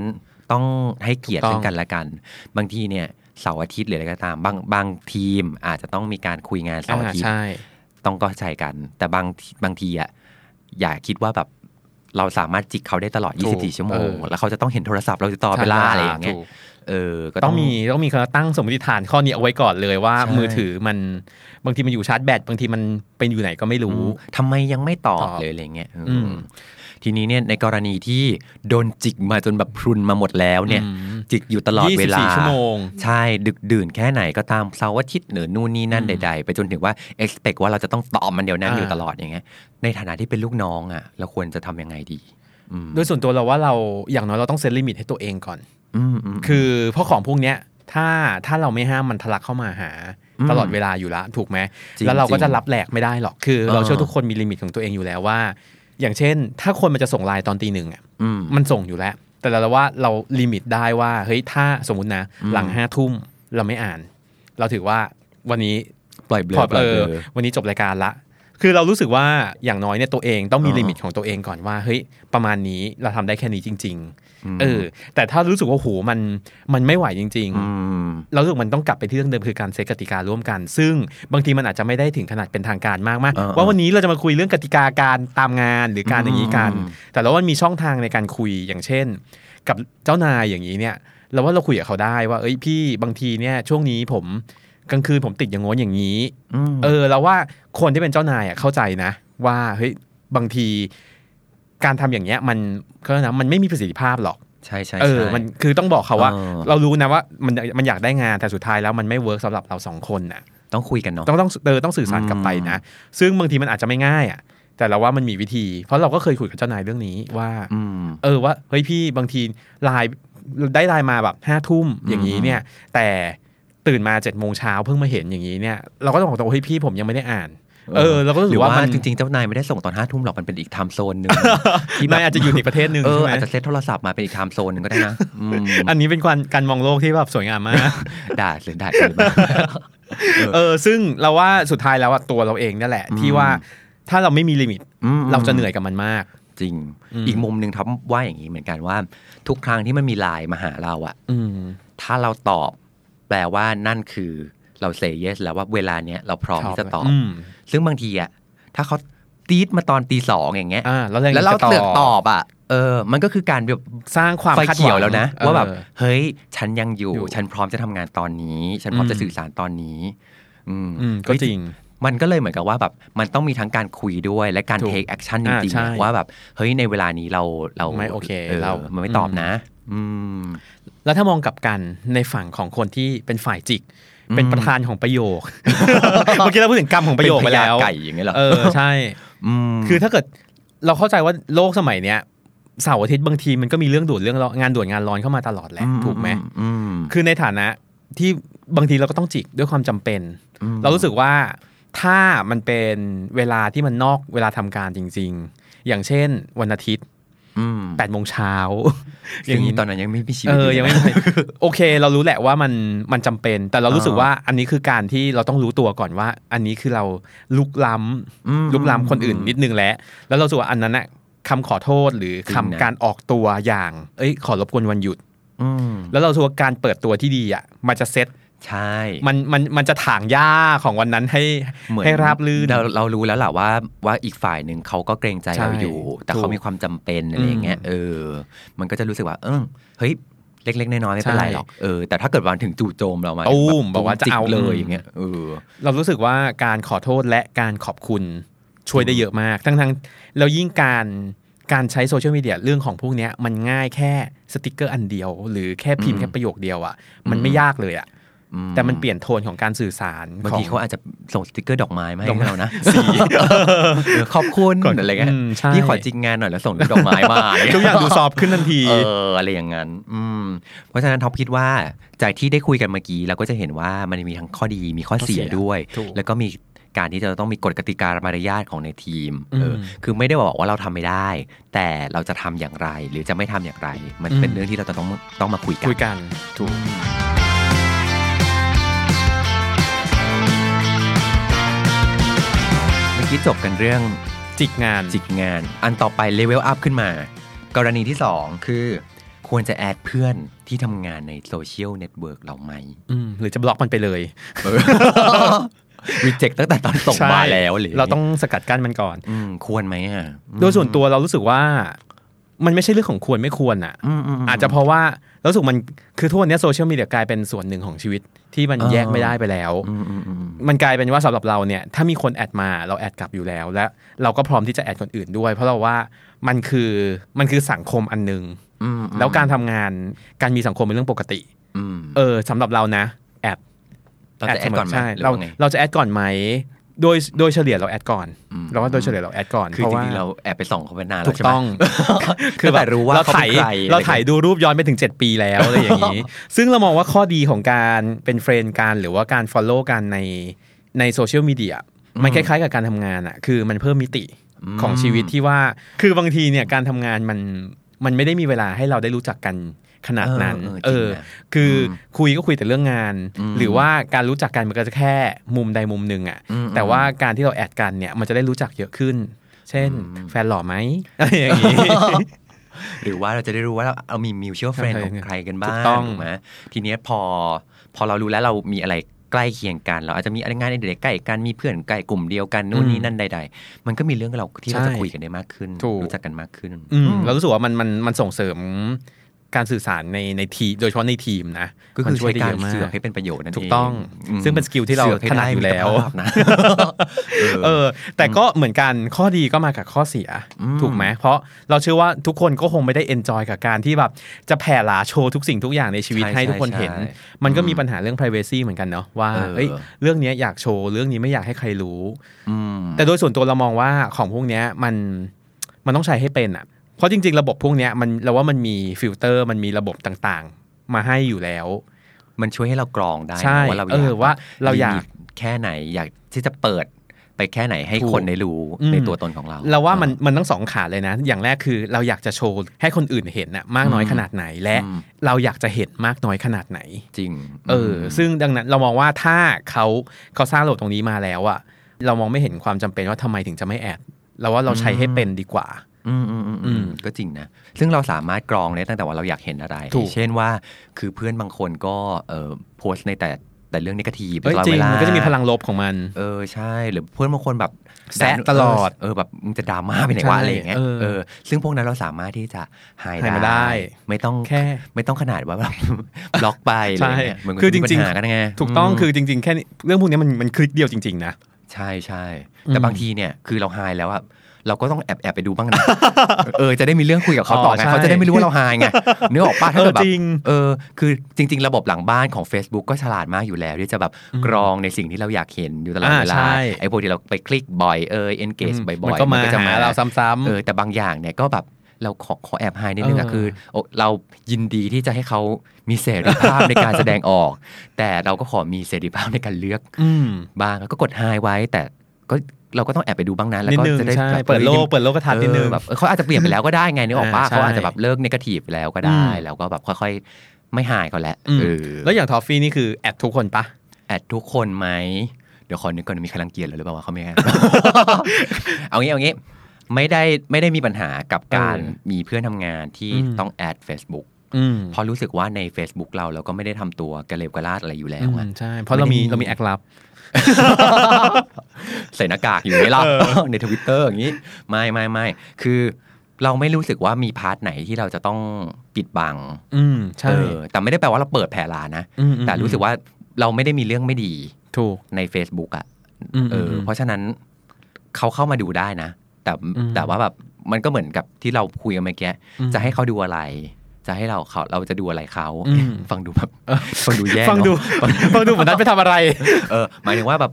C: ต้องให้เกียรติ
B: ถูกต้อง
C: ซึ่งกันและกัน บางทีเนี่ย เสาร์อาทิตย์หรืออะไรก็ตาม บางบางทีมอาจจะต้องมีการคุยงานเสาร์อา
B: อ่า
C: ทิตย์
B: ใช่
C: ต้องก็ใจกัน แต่บางทีบางทีอะอย่าคิดว่าแบบเราสามารถจิกเขาได้ตลอด
B: ถูก
C: 24 ชั่วโมง
B: เออ
C: แล้วเขาจะต้องเห็นโทรศัพท์เราจะต่อเวลาอะไรอย่างเงี้ย
B: ถูก
C: เออก็
B: ต้องมีต้องมีการตั้งสมมติฐานข้อนี้เอาไว้ก่อนเลยว่า
C: ใช่
B: มือถือมันบางทีมันอยู่ชาร์จแบตบางทีมันไปอยู่ไหนก็ไม่
C: อื
B: รู้
C: มทำไมยังไม่ตอบ
B: ตอบ
C: เลยอะไรเงี้ยอืม
B: อืม
C: ทีนี้เนี่ยในกรณีที่โดนจิกมาจนแบบพรุนมาหมดแล้วเนี่ย จิกอยู่ตลอดเวลา
B: 24ชั่วโมง
C: ใช่ดึกดื่นแค่ไหนก็ตามเสาร์อาทิตย์หรือนู่นนี่นั่น
B: อื
C: ใด ๆ ไปจนถึงว่า expect ว่าเราจะต้องตอบมันเดี๋ยวนั้น
B: อ่า
C: อยู่ตลอดอย่างเงี้ยในฐานะที่เป็นลูกน้องอ่ะ เราควรจะทำยังไงดีอืม
B: โดยส่วนตัวเราว่าเราอย่างน้อยเราต้องเซตลิมิตให้ตัวเองก่อน
C: อืมม
B: คือเพราะของพวกเนี้ยถ้าถ้าเราไม่ห้ามมันทะลักเข้ามาหา
C: อืม
B: ตลอดเวลาอยู่ละถูกไหม
C: จริง
B: แล้วเราก็
C: จริง
B: จะรับแหลกไม่ได้หรอกคือ เรา
C: เออ
B: เชื่อทุกคนมีลิมิตของตัวเองอยู่แล้วว่า อย่างเช่น ถ้าคนมันจะส่งไลน์ตอนตีหนึ่งอะ
C: อืม
B: มันส่งอยู่แล้ว แต่เราว่าเราลิมิตได้ว่าเฮ้ยถ้าสมมตินะ
C: อืม
B: หลังห้าทุ่มเราไม่อ่าน เราถือว่าวันนี้
C: ปล่อยเบล
B: พ
C: อ
B: อ
C: ปล่
B: เอ
C: อยเบ
B: อ
C: ลอ
B: วันนี้จบรายการละ คือเรารู้สึกว่าอย่างน้อยเนี่ยตัวเองต้องมี
C: อ่า
B: ลิมิตของตัวเองก่อนว่าเฮ้ยประมาณนี้เราทำได้แค่นี้จริง
C: ม
B: ๆ เออ แต่ถ้ารู้สึกว่าโหมันมันไม่ไหวจริง ๆ
C: ม
B: เรารู้สึกมันต้องกลับไปที่เรื่องเดิมคือการเซตกติการ่วมกัน ซึ่งบางทีมันอาจจะไม่ได้ถึงขนาดเป็นทางการมากมาก
C: เออ
B: ว่าวันนี้เราจะมาคุยเรื่องกติกาการตามงานหรือการ
C: อืม
B: อย่างนี้กัน
C: อืม
B: แต่เราว่ามันมีช่องทางในการคุยอย่างเช่น กับเจ้านายอย่างนี้เนี่ยเราว่าเราคุยกับเขาได้ว่าเอ้ยพี่บางทีเนี่ยช่วงนี้ผมกลางคืนผมติดอย่างงนอย่างนี้
C: อืม
B: เออเราว่าคนที่เป็นเจ้านายอะเข้าใจนะ ว่าเฮ้ยบางทีการทำอย่างเงี้ยมันเขาเรียก็นะมันไม่มีประสิทธิภาพหรอก
C: ใช่ใช่
B: เออ
C: ใช่
B: มันคือต้องบอกเขาว่า
C: เออ
B: เรารู้นะว่ามันมันอยากได้งานแต่สุดท้ายแล้วมันไม่เวิร์กสำหรับเราสองคนน่ะ
C: ต้องคุยกันเนาะ
B: ต้องต้องเออต้องสื่อสารกลับไปนะ ซึ่งบางทีมันอาจจะไม่ง่ายอ่ะ แต่เราว่ามันมีวิธี เพราะเราก็เคยคุยกับเจ้านายเรื่องนี้ว่า
C: อืม
B: เออว่าเฮ้ยพี่บางทีไลน์ได้ไลน์มาแบบห้าทุ่มอย่างนี้เนี่ย แต่ตื่นมาเจ็ดโมงเช้าเพิ่งมาเห็นอย่างนี้เนี่ย เราก็ต้องบอกตัวเฮ้ยพี่ผมยังไม่ได้อ่าน เออเราก็รู้
C: ห
B: สึ
C: รื
B: ก
C: อว่า
B: ว่ามัน
C: จริงๆ เจ้านายไม่ได้ส่งตอนห้าทุ่มหรอก มันเป็นอีกไทม์โซน หนึ่ง ที่แบ
B: นาย
C: บ
B: อาจจะอยู่อีกประเทศหนึ่ง
C: เอ
B: ใช่
C: อ
B: ไหม
C: อาจจะเซ็ตโทรศัพท์มาเป็นอีกไทม์โซนหนึ่งก็ได้นะอืม
B: อันนี้เป็นการการมองโลกที่แบบสวยงามมาก
C: ด่าหรือด่ากันหรือเปล่า
B: เออซึ่งเราว่าสุดท้ายแล้วอะตัวเราเองนั่นแหละ
C: อืม
B: ที่ว่าถ้าเราไม่มีลิมิต
C: อืม
B: เราจะเหนื่อยกับมันมาก
C: จริง
B: อืม
C: อีกมุมหนึ่งทับว่าอย่างนี้เหมือนกันว่า ทุกครั้งที่มันมีไลน์มาหาเราอะ
B: อืม
C: ถ้าเราตอบ แปลว่านั่นคือเราเซเยสแล้วว่าเวลาเนี้ยเราพร้อมที่จะตอบ
B: ม
C: ซึ่งบางทีอะถ้าเขาตีดมาตอนตีสองอย่างเงี้ย
B: อ่าแล้วเรา
C: แล้วเรา
B: จะ
C: เสือกตอบอะเออ มันก็คือการแบบ
B: สร้างความ
C: ไฟ
B: คาดห
C: เขียวแล้วนะ
B: เออ
C: ว่าแบบเฮ้ย ฉันยังอยู่
B: อยู่
C: ฉันพร้อมจะทำงานตอนนี้ ฉันพร้อม
B: อืม
C: จะสื่อสารตอนนี้ อืม
B: อืมก็จริง
C: มันก็เลยเหมือนกับว่าแบบมันต้องมีทั้งการคุยด้วยและการ
B: ถูก
C: เทคแอคชั่นจ
B: อ่า
C: ริง
B: ใช่
C: ๆอะว่าแบบเฮ้ยในเวลานี้เราเรา
B: ไม่โอเค
C: เรา
B: เรา
C: มันไม่ตอบ
B: อืม
C: นะ อืม
B: แล้วถ้ามองกลับกันในฝั่งของคนที่เป็นฝ่ายจิก
C: อืม
B: เป็นประธานของประโย ค เมื่อกี้เราพูดถึงกรรมของประโยคไปแล้ว
C: เนพญาไก่อย่างเงี้ยเหรอ
B: เออใช่
C: ม
B: คือถ้าเกิดเราเข้าใจว่าโลกสมัยเนี้ยเสาร์อาทิตย์บางทีมันก็มีเรื่องด่วนเรื่องร้อนงานด่วนงานร้อนเข้ามาตลอดแหละถูกไหม
C: อืม
B: คือในฐานะที่บางทีเราก็ต้องจิกด้วยความจำเป็น
C: อืม
B: เรารู้สึกว่าถ้ามันเป็นเวลาที่มันนอกเวลาทำการจริง ๆ อย่างเช่นวันอาทิตย์
C: อืม
B: 8ปดโมงเช้า อ
C: ซึ่
B: ย่าง งนี้
C: ตอนนั้นยังไม่มีชีวิ
B: เอ
C: ต
B: อยังไม่
C: นะ
B: โอเค เรารู้แหละว่ามันมันจำเป็น แต่เรารู้สึก
C: อ่า
B: ว่าอันนี้คือการที่เราต้องรู้ตัวก่อนว่า อันนี้คือเราลุกล้ำ
C: อืม
B: ลุกล้ำคนอื่นนิดนึงแล้ว แล้วเรารู้สึกว่าอันนั้นน่ะคำขอโทษหรือ
C: จริง
B: คำ
C: นะ
B: การออกตัวอย่างเอ้ยขอรบกวนวันหยุด
C: อืม
B: แล้วเรารู้สึกว่าการเปิดตัวที่ดีอ่ะมันจะเซต
C: ใช่
B: มันมันมันจะถางหญ้าของวันนั้นให้
C: เหมือน
B: ให้ราบลื่น
C: เราเรารู้แล้วแหละว่าว่าอีกฝ่ายหนึ่งเขาก็เกรงใจ
B: ใช่
C: เราอยู่ แต่
B: ถูก
C: เขามีความจำเป็นอะไรอย่างเงี้ย
B: อืม
C: เออ มันก็จะรู้สึกว่าเออเฮ้ยเล็กๆน้อยๆไม่เป็นไร
B: ใช่
C: หรอกเออแต่ถ้าเกิดวันถึงจู่โจมเรามา
B: ตูมบอกว่าจะ
C: จิ
B: เอา
C: เลยอย่างเงี้ยเออ
B: เรารู้สึกว่าการขอโทษและการขอบคุณช่วยได้เยอะมาก ทั้งทั้งแล้วยิ่งการการใช้โซเชียลมีเดียเรื่องของพวกเนี้ยมันง่ายแค่สติกเกอร์อันเดียว หรือแค่พิมพ์
C: อืม
B: แค่ประโยคเดียวอ่ะมันไม่ยากเลยอ่ะ
C: อื
B: แต่มันเปลี่ยนโทนของการสื่อสาร
C: บางทีเขาอาจจะส่งสติกเกอร์ดอกไม้มาให้
B: ดอกไม้
C: เรานะ
B: สี
C: เออขอบคุณ
B: ก่อน
C: อะไรเงี้ย
B: อืมใช่
C: พี่ขอจริงงานหน่อยแล้วส่งดอกไม้มาะไรเ
B: ทุกอย่างดูซอฟต์ขึ้นทันที
C: เอออะไรอย่างนั้น อืม เพราะฉะนั้นท็อปคิดว่าจากที่ได้คุยกันเมื่อกี้เราก็จะเห็นว่ามันมีทั้งข้อดีมีข้อเสีย
B: ข้อเสีย
C: ด้วย
B: ถูก
C: แล้วก็มีการที่จะต้องมีกฎกติกามารยาทของในทีม
B: อืม
C: เออคือไม่ได้บอกว่าเราทำไม่ได้ แต่เราจะทำอย่างไร หรือจะไม่ทำอย่างไร มันเป็น
B: อืม
C: เรื่องที่เราจะต้องต้องมาคุยกัน
B: คุยกันถูก
C: เมื่อกี้จบกันเรื่อง
B: จิกงาน
C: จิกงาน อันต่อไปเลเวลอัพขึ้นมา กรณีที่ 2 คือ ควรจะแอดเพื่อนที่ทำงานในโซเชียลเน็ตเวิร์กเราไหม
B: อืมหรือจะบล็อกมันไปเลย
C: รีเจ็คตั้งแต่ตอนส่ง
B: ใช่
C: มาแล้วหรือ
B: เราต้องสกัดกั้นมันก่อน
C: อืมควรไหมอ่ะ
B: โดยส่วนตัวเรารู้สึกว่ามันไม่ใช่เรื่องของควรไม่ควรอ่ะ
C: อืมมม
B: อาจจะเพราะว่าเรารู้สึกมันคือทุกวันนี้โซเชียลมีเดียกลายเป็นส่วนหนึ่งของชีวิตที่มัน
C: อ่า
B: แยกไม่ได้ไปแล้ว
C: อืมอืมอืม
B: มันกลายเป็นว่าสำหรับเราเนี่ยถ้ามีคนแอดมาเราแอดกลับอยู่แล้ว และเราก็พร้อมที่จะแอดคนอื่นด้วย เพราะเราว่ามันคือมันคือสังคมอันหนึ่ง
C: อืม
B: แล้วการทำงานการมีสังคมเป็นเรื่องปกติ
C: อืม
B: เออสำหรับเรานะแอด
C: เราจะแอด
B: สำห
C: ก่
B: รั
C: อ
B: บ
C: นไหม
B: ใช่
C: หรือ
B: เรา
C: ว่าไง
B: เราจะแอดก่อนไหมโดยโดยเฉลี่ยเราแอดก่อน
C: อืม
B: เราว่าโดยเฉลี่ยเราแอดก่อน
C: คือ
B: พะ
C: จ
B: ว่
C: ริงๆเราแอบไปส่องเขาไปนานแล้ว
B: ถูก
C: ใช่ไหม
B: ต้อง คือ
C: ตั้
B: แบ
C: งแต่
B: บ
C: รู้ว่า
B: เรา
C: เขา
B: ถ่า
C: เป็
B: ย
C: นใคร
B: เรา
C: อะไร
B: ถ่ายดูรูปย้อนไปถึง 7 ปีแล้วอะไรอย่าง นี้ ซึ่งเรามองว่าข้อดีของการเป็นเฟรนด์กันหรือว่าการ Follow กันในในโซเชียลมีเดียมันคล้ายๆกับการทำงานอะคือมันเพิ่มมิติ
C: อืม
B: ของชีวิตที่ว่าคือบางทีเนี่ยการทำงานมันมันไม่ได้มีเวลาให้เราได้รู้จักกันขนาดนั้น
C: เออเออจริงนะ
B: คืออคุยก็คุยแต่เรื่องงาน
C: อืม
B: หรือว่าการรู้จักกันมันก็จะแค่มุมใดมุมหนึ่งอะ
C: อืม
B: แต่ว่าการที่เราแอดกันเนี่ยมันจะได้รู้จักเยอะขึ้น เช่น แฟนหล่อไหม อะไรอย่าง นี้
C: หรือว่าเราจะได้รู้ว่าเรามีมิวเชียลเฟรน
B: ใช่
C: ของใครกัน
B: ถู
C: บ้าง
B: กต้อง
C: ถูกไหมทีเนี้ยพอพอเรารู้แล้วเรามีอะไรใกล้เคียงกัน เราอาจจะมีอะไรงานในเด็กใกล้กันมีเพื่อนใกล้กลุ่มเดียวกันนู่นนี่นั่นใด ๆ มันก็มีเรื่องเราที่เราจะ
B: ใช่
C: คุยกันได้มากขึ้น
B: ถูก
C: รู้จักกันมากขึ้น
B: อืมเรารู้สึกว่ามันมันมันส่งเสริมการสื่อสารในในทีมโดยเฉพาะในทีมนะ
C: ก็คือ
B: มัน
C: ช่วย
B: ได้
C: การ
B: เยะม
C: เสือกให้เป็นประโยชน์นั่นเอง
B: ถูกต้อง
C: ม
B: ซึ่งเป็นสกิลที่เรา
C: สืให้
B: ถนัดอยู่แล้ว
C: มิตรภาพนะ เออ
B: เออ แต่ก็เหมือนกันข้อดีก็มากับข้อเสีย
C: อืม
B: ถูกไหมเพราะเราเชื่อว่าทุกคนก็คงไม่ได้เอนจอยกับการที่แบบจะแผ่หลาโชว์ทุกสิ่งทุกอย่างในชีวิตให้ทุกคนเห็น
C: ใช่
B: มันก็มีปัญหาเรื่อง p r i เวซีเหมือนกันเนาะว่า
C: เออ
B: เอ้ยเรื่องเนี้ยอยากโชว์เรื่องนี้ไม่อยากให้ใครรู้
C: อืม
B: แต่โดยส่วนตัวเรามองว่าของพวกเนี้ยมันมันต้องใช้ให้เป็นอ่ะ เพราะจริง ๆ ระบบพวกเนี้ยมันเราว่ามันมีฟิลเตอร์มันมีระบบต่างๆ มาให้อยู่แล้ว
C: มันช่วยให้เรากรองได้นะ
B: ใช่
C: ว่าเราอ
B: เอย
C: า
B: อก ว่าเราอยาก
C: มีแค่ไหนอยากที่จะเปิดไปแค่ไหนให้
B: ถูก
C: คนได้รู้
B: อืม
C: ในตัวตนของเรา
B: เราว่ามันมันทั้งสองขาเลยนะ อย่างแรกคือเราอยากจะโชว์ให้คนอื่นเห็นน่ะมากน้อย
C: อืม
B: ขนาดไหนและ
C: อืม
B: เราอยากจะเห็นมากน้อยขนาดไหน
C: จริง
B: เออ ซึ่งดังนั้นเรามองว่าถ้าเขาเขาสร้างระบบตรงนี้มาแล้วอะเรามองไม่เห็นความจำเป็นว่าทำไมถึงจะไม่แอดเราว่าเราใช้ให้เป็นดีกว่า
C: อืมอืมอืมอืมก็จริงนะ ซึ่งเราสามารถกรองได้ตั้งแต่ว่าเราอยากเห็นอะไร
B: ถูก
C: เช่นว่าคือเพื่อนบางคนก็เอ่อโพสต์ในแต่แต่เรื่องนิเกทีฟ
B: เอ้ยจริงมันก็จะมีพลังลบของมัน
C: เออใช่ หรือเพื่อนบางคนแบบ
B: แซะตลอด
C: เออแบบมึงจะดราม่าไปไหน
B: ใช่
C: วะอะไรอย่างเงี้ย
B: เออ
C: เออซึ่งพวกนั้นเราสามารถที่จะหาย
B: หายมาได้
C: ไม่ต้อง
B: แค่
C: ไม่ต้องขนาดว่าแบบ บล็อกไป
B: ใช่
C: อะไรเงี้ยมันก็
B: คือจริง
C: มีปัญ
B: ๆ
C: หากันไง
B: ถูกต้อง
C: ม
B: คือจริง ๆ แค่นี้เรื่องพวกนี้มันมันคลิกเดียวจริง ๆ นะ
C: ใช่ใช่
B: อืม
C: แต่บางทีเนี่ยคือเราหายแล้วอะเราก็ต้องแอบแอบไปดูบ้างนะ เออจะได้มีเรื่องคุยกับเขาต่อไง
B: อ๋อใช่
C: เขาจะได้ไม่รู้ว่าเราหายไง นึกออกป้าถ้าเกิดแบ
B: เออจ
C: บ
B: ริง
C: เออคือจริง ๆ ระบบหลังบ้านของ Facebook ก็ฉลาดมากอยู่แล้ว ที่จะแบบกรองในสิ่งที่เราอยากเห็นอยู่ตลอด
B: อ่า
C: เวลา
B: ใช่
C: ไอ้พวกที่เราไปคลิกบ่อยเออ engage บ่อยๆ
B: มันก็มา
C: จะ
B: หาเราซ้ำ
C: เออ
B: ๆ
C: แต่บางอย่างเนี่ยก็แบบเราขอขอแอบไฮนิดนึง
B: เอ
C: อะ
B: อ
C: คือโอเรายินดีที่จะให้เขามีเสรีภาพ ในการแสดงออก แต่เราก็ขอมีเสรีภาพในการเลือก
B: อืม
C: บ้างแล้วก็กดไฮไว้ แต่ก็เราก็ต้องแอบไปดูบ้างนะแล้ว
B: นิด
C: ก็
B: นึง
C: จะได้
B: ใช่
C: แบบ
B: เปิดโลก
C: ออ
B: เปิดโลกกระทัดนิดนึง
C: แบบเออเขาอาจจะเปลี่ยนไปแล้วก็ได้ไงนึกออกปะ
B: อ่าใช่
C: เขาอาจจะแบบเลิกนกาทีฟแล้วก็ได้
B: อืม
C: แล้วก็แบบค่อยๆ ไม่หายเขาแล้ว
B: อืม
C: เออ
B: แล้วอย่างทอฟฟี่นี่คือแอดทุกคนปะ
C: แอดทุกคนไหมเดี๋ยวขอนึกก่อนมีใครรังเกียจเราหรือเปล่าวะเขา ไม่ให้ เอางี้เอางี้ไม่ได้ไม่ได้มีปัญหากับการ
B: เออ
C: มีเพื่อนทำงานที่
B: อืม
C: ต้องแอด Facebook
B: อืม
C: เพราะรู้สึกว่าใน Facebook เราเราก็ไม่ได้ทำตัวกระเลวกระลาดอะไรอยู่แล้วอะ
B: ใช่ เพราะเรามี
C: ไม่ได้
B: เรามีแอคลับ
C: ใส่หน้ากากอยู่ไม่ล่ะ ในทวิตเตอร์อย่างนี้ ไม่ไม่ไม่คือเราไม่รู้สึกว่ามีพาร์ทไหนที่เราจะต้องปิดบัง
B: อืม
C: เอ
B: ใช่
C: อแต่ไม่ได้แปลว่าเราเปิดแผลลานะ
B: มอืม
C: แต่รู้สึกว่าเราไม่ได้มีเรื่องไม่ดี
B: ถูก
C: ใน Facebook อะ
B: อืม
C: เออ
B: ม
C: เพราะฉะนั้นเขาเข้ามาดูได้นะ แต่
B: อืม
C: แต่ว่าแบบมันก็เหมือนกับที่เราคุยกันเมื่อกี้
B: อืม
C: จะให้เขาดูอะไร จะให้เราเขาเราจะดูอะไรเขา
B: อืม
C: ฟังดูแบบฟังดูแย่
B: ฟังดู
C: เนอะ
B: ฟังดูเหมือนนัดไปทำอะไร
C: เออหมายถึงว่าแบบ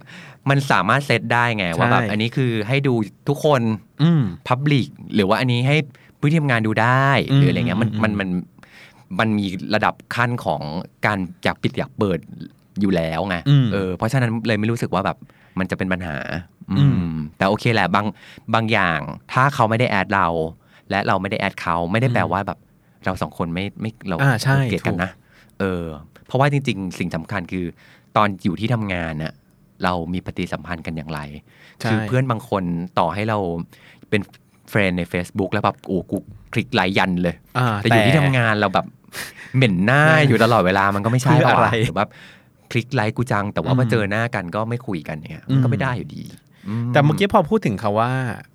C: มันสามารถเซตได้ไง ว่าแบบ
B: ใช่
C: อันนี้คือให้ดูทุกคน
B: อืม
C: พับลิกหรือว่าอันนี้ให้ผู้ที่ทำงานดูได้หรืออะไรเงี้ยมัน
B: อืม
C: มันมันมันมีระดับขั้นของการอยากปิดอยากเปิดอยู่แล้วไง
B: อืม
C: เออเพราะฉะนั้นเลยไม่รู้สึกว่าแบบมันจะเป็นปัญหา
B: อื
C: อื
B: ม
C: ม แต่โอเคแหละบางบางอย่าง ถ้าเขาไม่ได้แอดเรา และเราไม่ได้แอดเขาไม่ได้แปลว่าแบบ เราสองคนไม่ไม่เรา
B: อ่าใช่
C: เกลียดกันนะเออ เพราะว่าจริง ๆ สิ่งสำคัญคือ ตอนอยู่ที่ทำงานน่ะเรามีปฏิสัมพันธ์กันอย่างไร
B: ใช่
C: คืเพื่อนบางคนต่อให้เราเป็นเฟรนใน Facebook แล้วแบบโอ้กู คลิกหลายยันเลย
B: อ่า
C: แต่อยู่ที่ทำงานเราแบบ เหม็นหน้า
B: ใช่
C: อยู่ตลอดเวลามันก็ไม่ใช่
B: คืออะไร
C: ปวหรือแบบคลิกไลค์กูจัง แต่ว่า
B: อืม
C: มาเจอหน้ากันก็ไม่คุยกันเนี่ย มันก็
B: อืม
C: ไม่ได้อยู่ดี
B: แต่เมื่อกี้พอพูดถึงคาว่า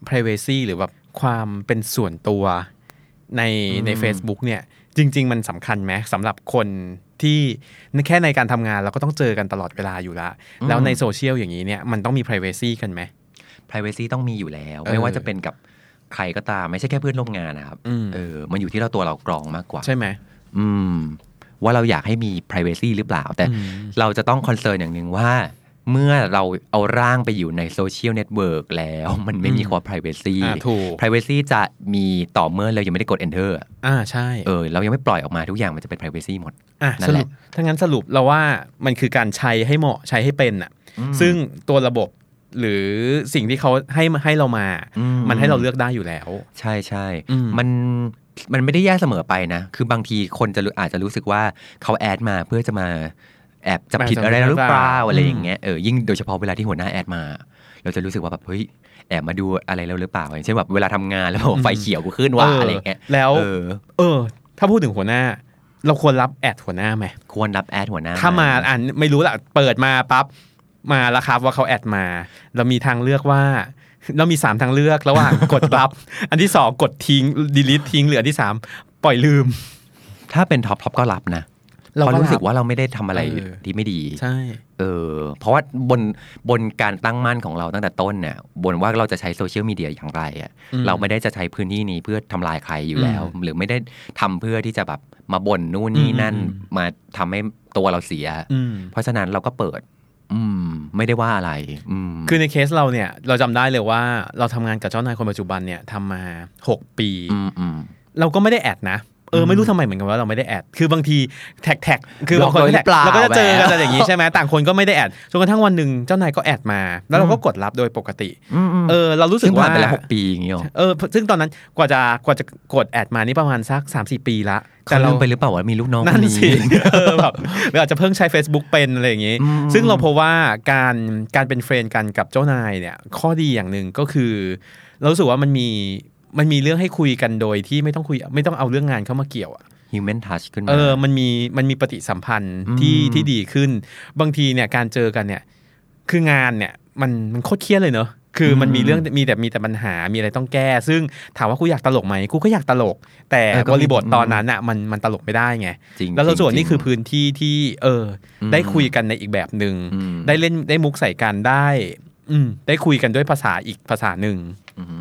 B: privacy หรือแบบความเป็นส่วนตัวในใน Facebook เนี่ย จริง ๆ มันสำคัญไหมสำหรับคนที่แค่ในการทำงานเราก็ต้องเจอกันตลอดเวลาอยู่ละ แล้วในโซเชียลอย่างนี้เนี่ยมันต้องมี privacy กันไหม
C: ไพรเวซีต้องมีอยู่แล้ว
B: เออ
C: ไม่ว่าจะเป็นกับใครก็ตาม ไม่ใช่แค่เพื่อนร่วมงานนะครับ
B: อืม
C: เออ มันอยู่ที่เราตัวเรากรองมากกว่า
B: ใช่ไหม
C: อืม ว่าเราอยากให้มี p r i v a c y หรือเปล่า แต่
B: อืม
C: เราจะต้องคอนเซิร์นอย่างหนึ่งว่า เมื่อเราเอาร่างไปอยู่ในโซเชียลเน็ตเวิร์กแล้ว มันไม่มีความ p r i v a c y
B: อ่าถูก
C: p r i v a c y จะมีต่อเมื่อเรายังไม่ได้กด enter อะ
B: อ่าใช่
C: เออ เรายังไม่ปล่อยออกมาทุกอย่างมันจะเป็น p r i v a c y หมด
B: อ่ะ
C: นั่
B: ส
C: นแห
B: รุป
C: ละ
B: ถ้างั้นสรุปเราว่ามันคือการใช้ให้เหมาะใช้ให้เป็นอ่ะ
C: อืม
B: ซึ่งตัวระบบหรือสิ่งที่เขาให้มาให้เรามา
C: อืม
B: มันให้เราเลือกได้อยู่แล้ว
C: ใช่ใช่
B: อืม
C: มันมันไม่ได้แย่เสมอไปนะ คือบางทีคนจะรู้อาจจะรู้สึกว่าเขาแอดมาเพื่อจะมาแอบจับผิดอะไรเราหรือเปล่า
B: อืม
C: อะไรอย่างเงี้ยเออยิ่งโดยเฉพาะเวลาที่หัวหน้าแอดมา เราจะรู้สึกว่าแบบเฮ้ยแอบมาดูอะไรเราหรือเปล่าอย่างเช่นแบบเวลาทำงานแล้วแบบไฟเขียวกูขึ้นว่าอะไรอย่างเงี้ย
B: แล้ว
C: เออ
B: เออ ถ้าพูดถึงหัวหน้า เราควรรับแอดหัวหน้าไหม
C: ควรรับแอดหัวหน้า
B: ถ้ามาอ่านไม่รู้ละเปิดมาปั๊บมาแล้วครับว่าเขาแอดมา เรามีทางเลือกว่า เรามี 3 ทางเลือกระหว่าง กดรับ อันที่ 2 กดทิ้ง delete ทิ้งหรืออันที่ 3 ปล่อยลืม
C: ถ้าเป็นท็อปท็อปก็รับนะ
B: เราก็
C: เพราะรู้สึก
B: รับ
C: ว่าเราไม่ได้ทำอะไร
B: เออ
C: ที่ไม่ดี
B: ใช่
C: เออเพราะว่าบนบนการตั้งมั่นของเราตั้งแต่ต้นเนี่ยบนว่าเราจะใช้โซเชียลมีเดียอย่างไรอะ
B: อืม
C: เราไม่ได้จะใช้พื้นที่นี้เพื่อทำลายใครอยู่แล้ว หรือไม่ได้ทำเพื่อที่จะแบบมาบ่นนู่นนี่นั่น
B: อืมอืม
C: มาทำให้ตัวเราเสีย
B: อืม
C: เพราะฉะนั้นเราก็เปิด อืม ไม่ได้ว่าอะไร อืม
B: คือในเคสเราเนี่ย เราจำได้เลยว่าเราทำงานกับเจ้านายคนปัจจุบันเนี่ยทำมา 6 ปี
C: มอืม
B: เราก็ไม่ได้แอดนะ เออไม่รู้ทำไมเหมือนกันว่าเราไม่ได้แอด คือบางทีแท็กแท็กคือบางคน
C: เราก็
B: ก็แท็ก
C: หรือเปล่า
B: เราก็จะเจอกัน
C: แหม
B: อะไรอย่างงี้ใช่ไหมต่างคนก็ไม่ได้แอดจนกระทั่งวันหนึ่งเจ้านายก็แอดมา แล้วเราก็กดรับโดยปกติ
C: อืมอืม
B: เออเรารู้สึ
C: ซึ่
B: ก
C: งผ่า
B: ว่าน
C: ไปแล้วหกปีอย่างเงี้ยหรอ
B: เออซึ่งตอนนั้นกว่าจะกว่าจะกดแอดมานี่ประมาณสัก 3-4 ปีละ
C: เขาลืมไปหรือเปล่าว่ามีลูกน้อง
B: นั่น
C: ค
B: สิเออแบบหรืออาจจะเพิ่งใช้ Facebook เป็นอะไรอย่างงี้
C: อืม
B: ซึ่งเราพบว่าการการเป็นเฟรนด์กันกับเจ้านายเนี่ยข้อดีอย่างหนึ่งก็คือ เรารู้สึกว่ามันมีมันมีเรื่องให้คุยกันโดยที่ไม่ต้องคุยไม่ต้องเอาเรื่องงานเข้ามาเกี่ยวอะ
C: ฮิวแมนทัชขึ้นมา
B: เออ มันมี มันมีปฏิสัมพันธ์ที่
C: อืม
B: ที่ดีขึ้น บางทีเนี่ยการเจอกันเนี่ย คืองานเนี่ยมันมันโคตรเครียดเลยเนอะคือมันมีเรื่องมีแต่มีแต่ปัญหา มีอะไรต้องแก้ ซึ่งถามว่ากูอยากตลกไหมกูก็อยากตลก แต่บริบทตอนนั้นอ่ะมันมันตลกไม่ได้ไง
C: จริง
B: แล้วเราส่วน
C: จง
B: นี่คือพื้นที่ที่เอออได้คุยกันในอีกแบบหนึ่ง
C: อืม
B: ได้เล่นได้มุกใส่กันได้ อืมได้คุยกันด้วยภาษาอีกภาษาหนึ่ง
C: อือฮึ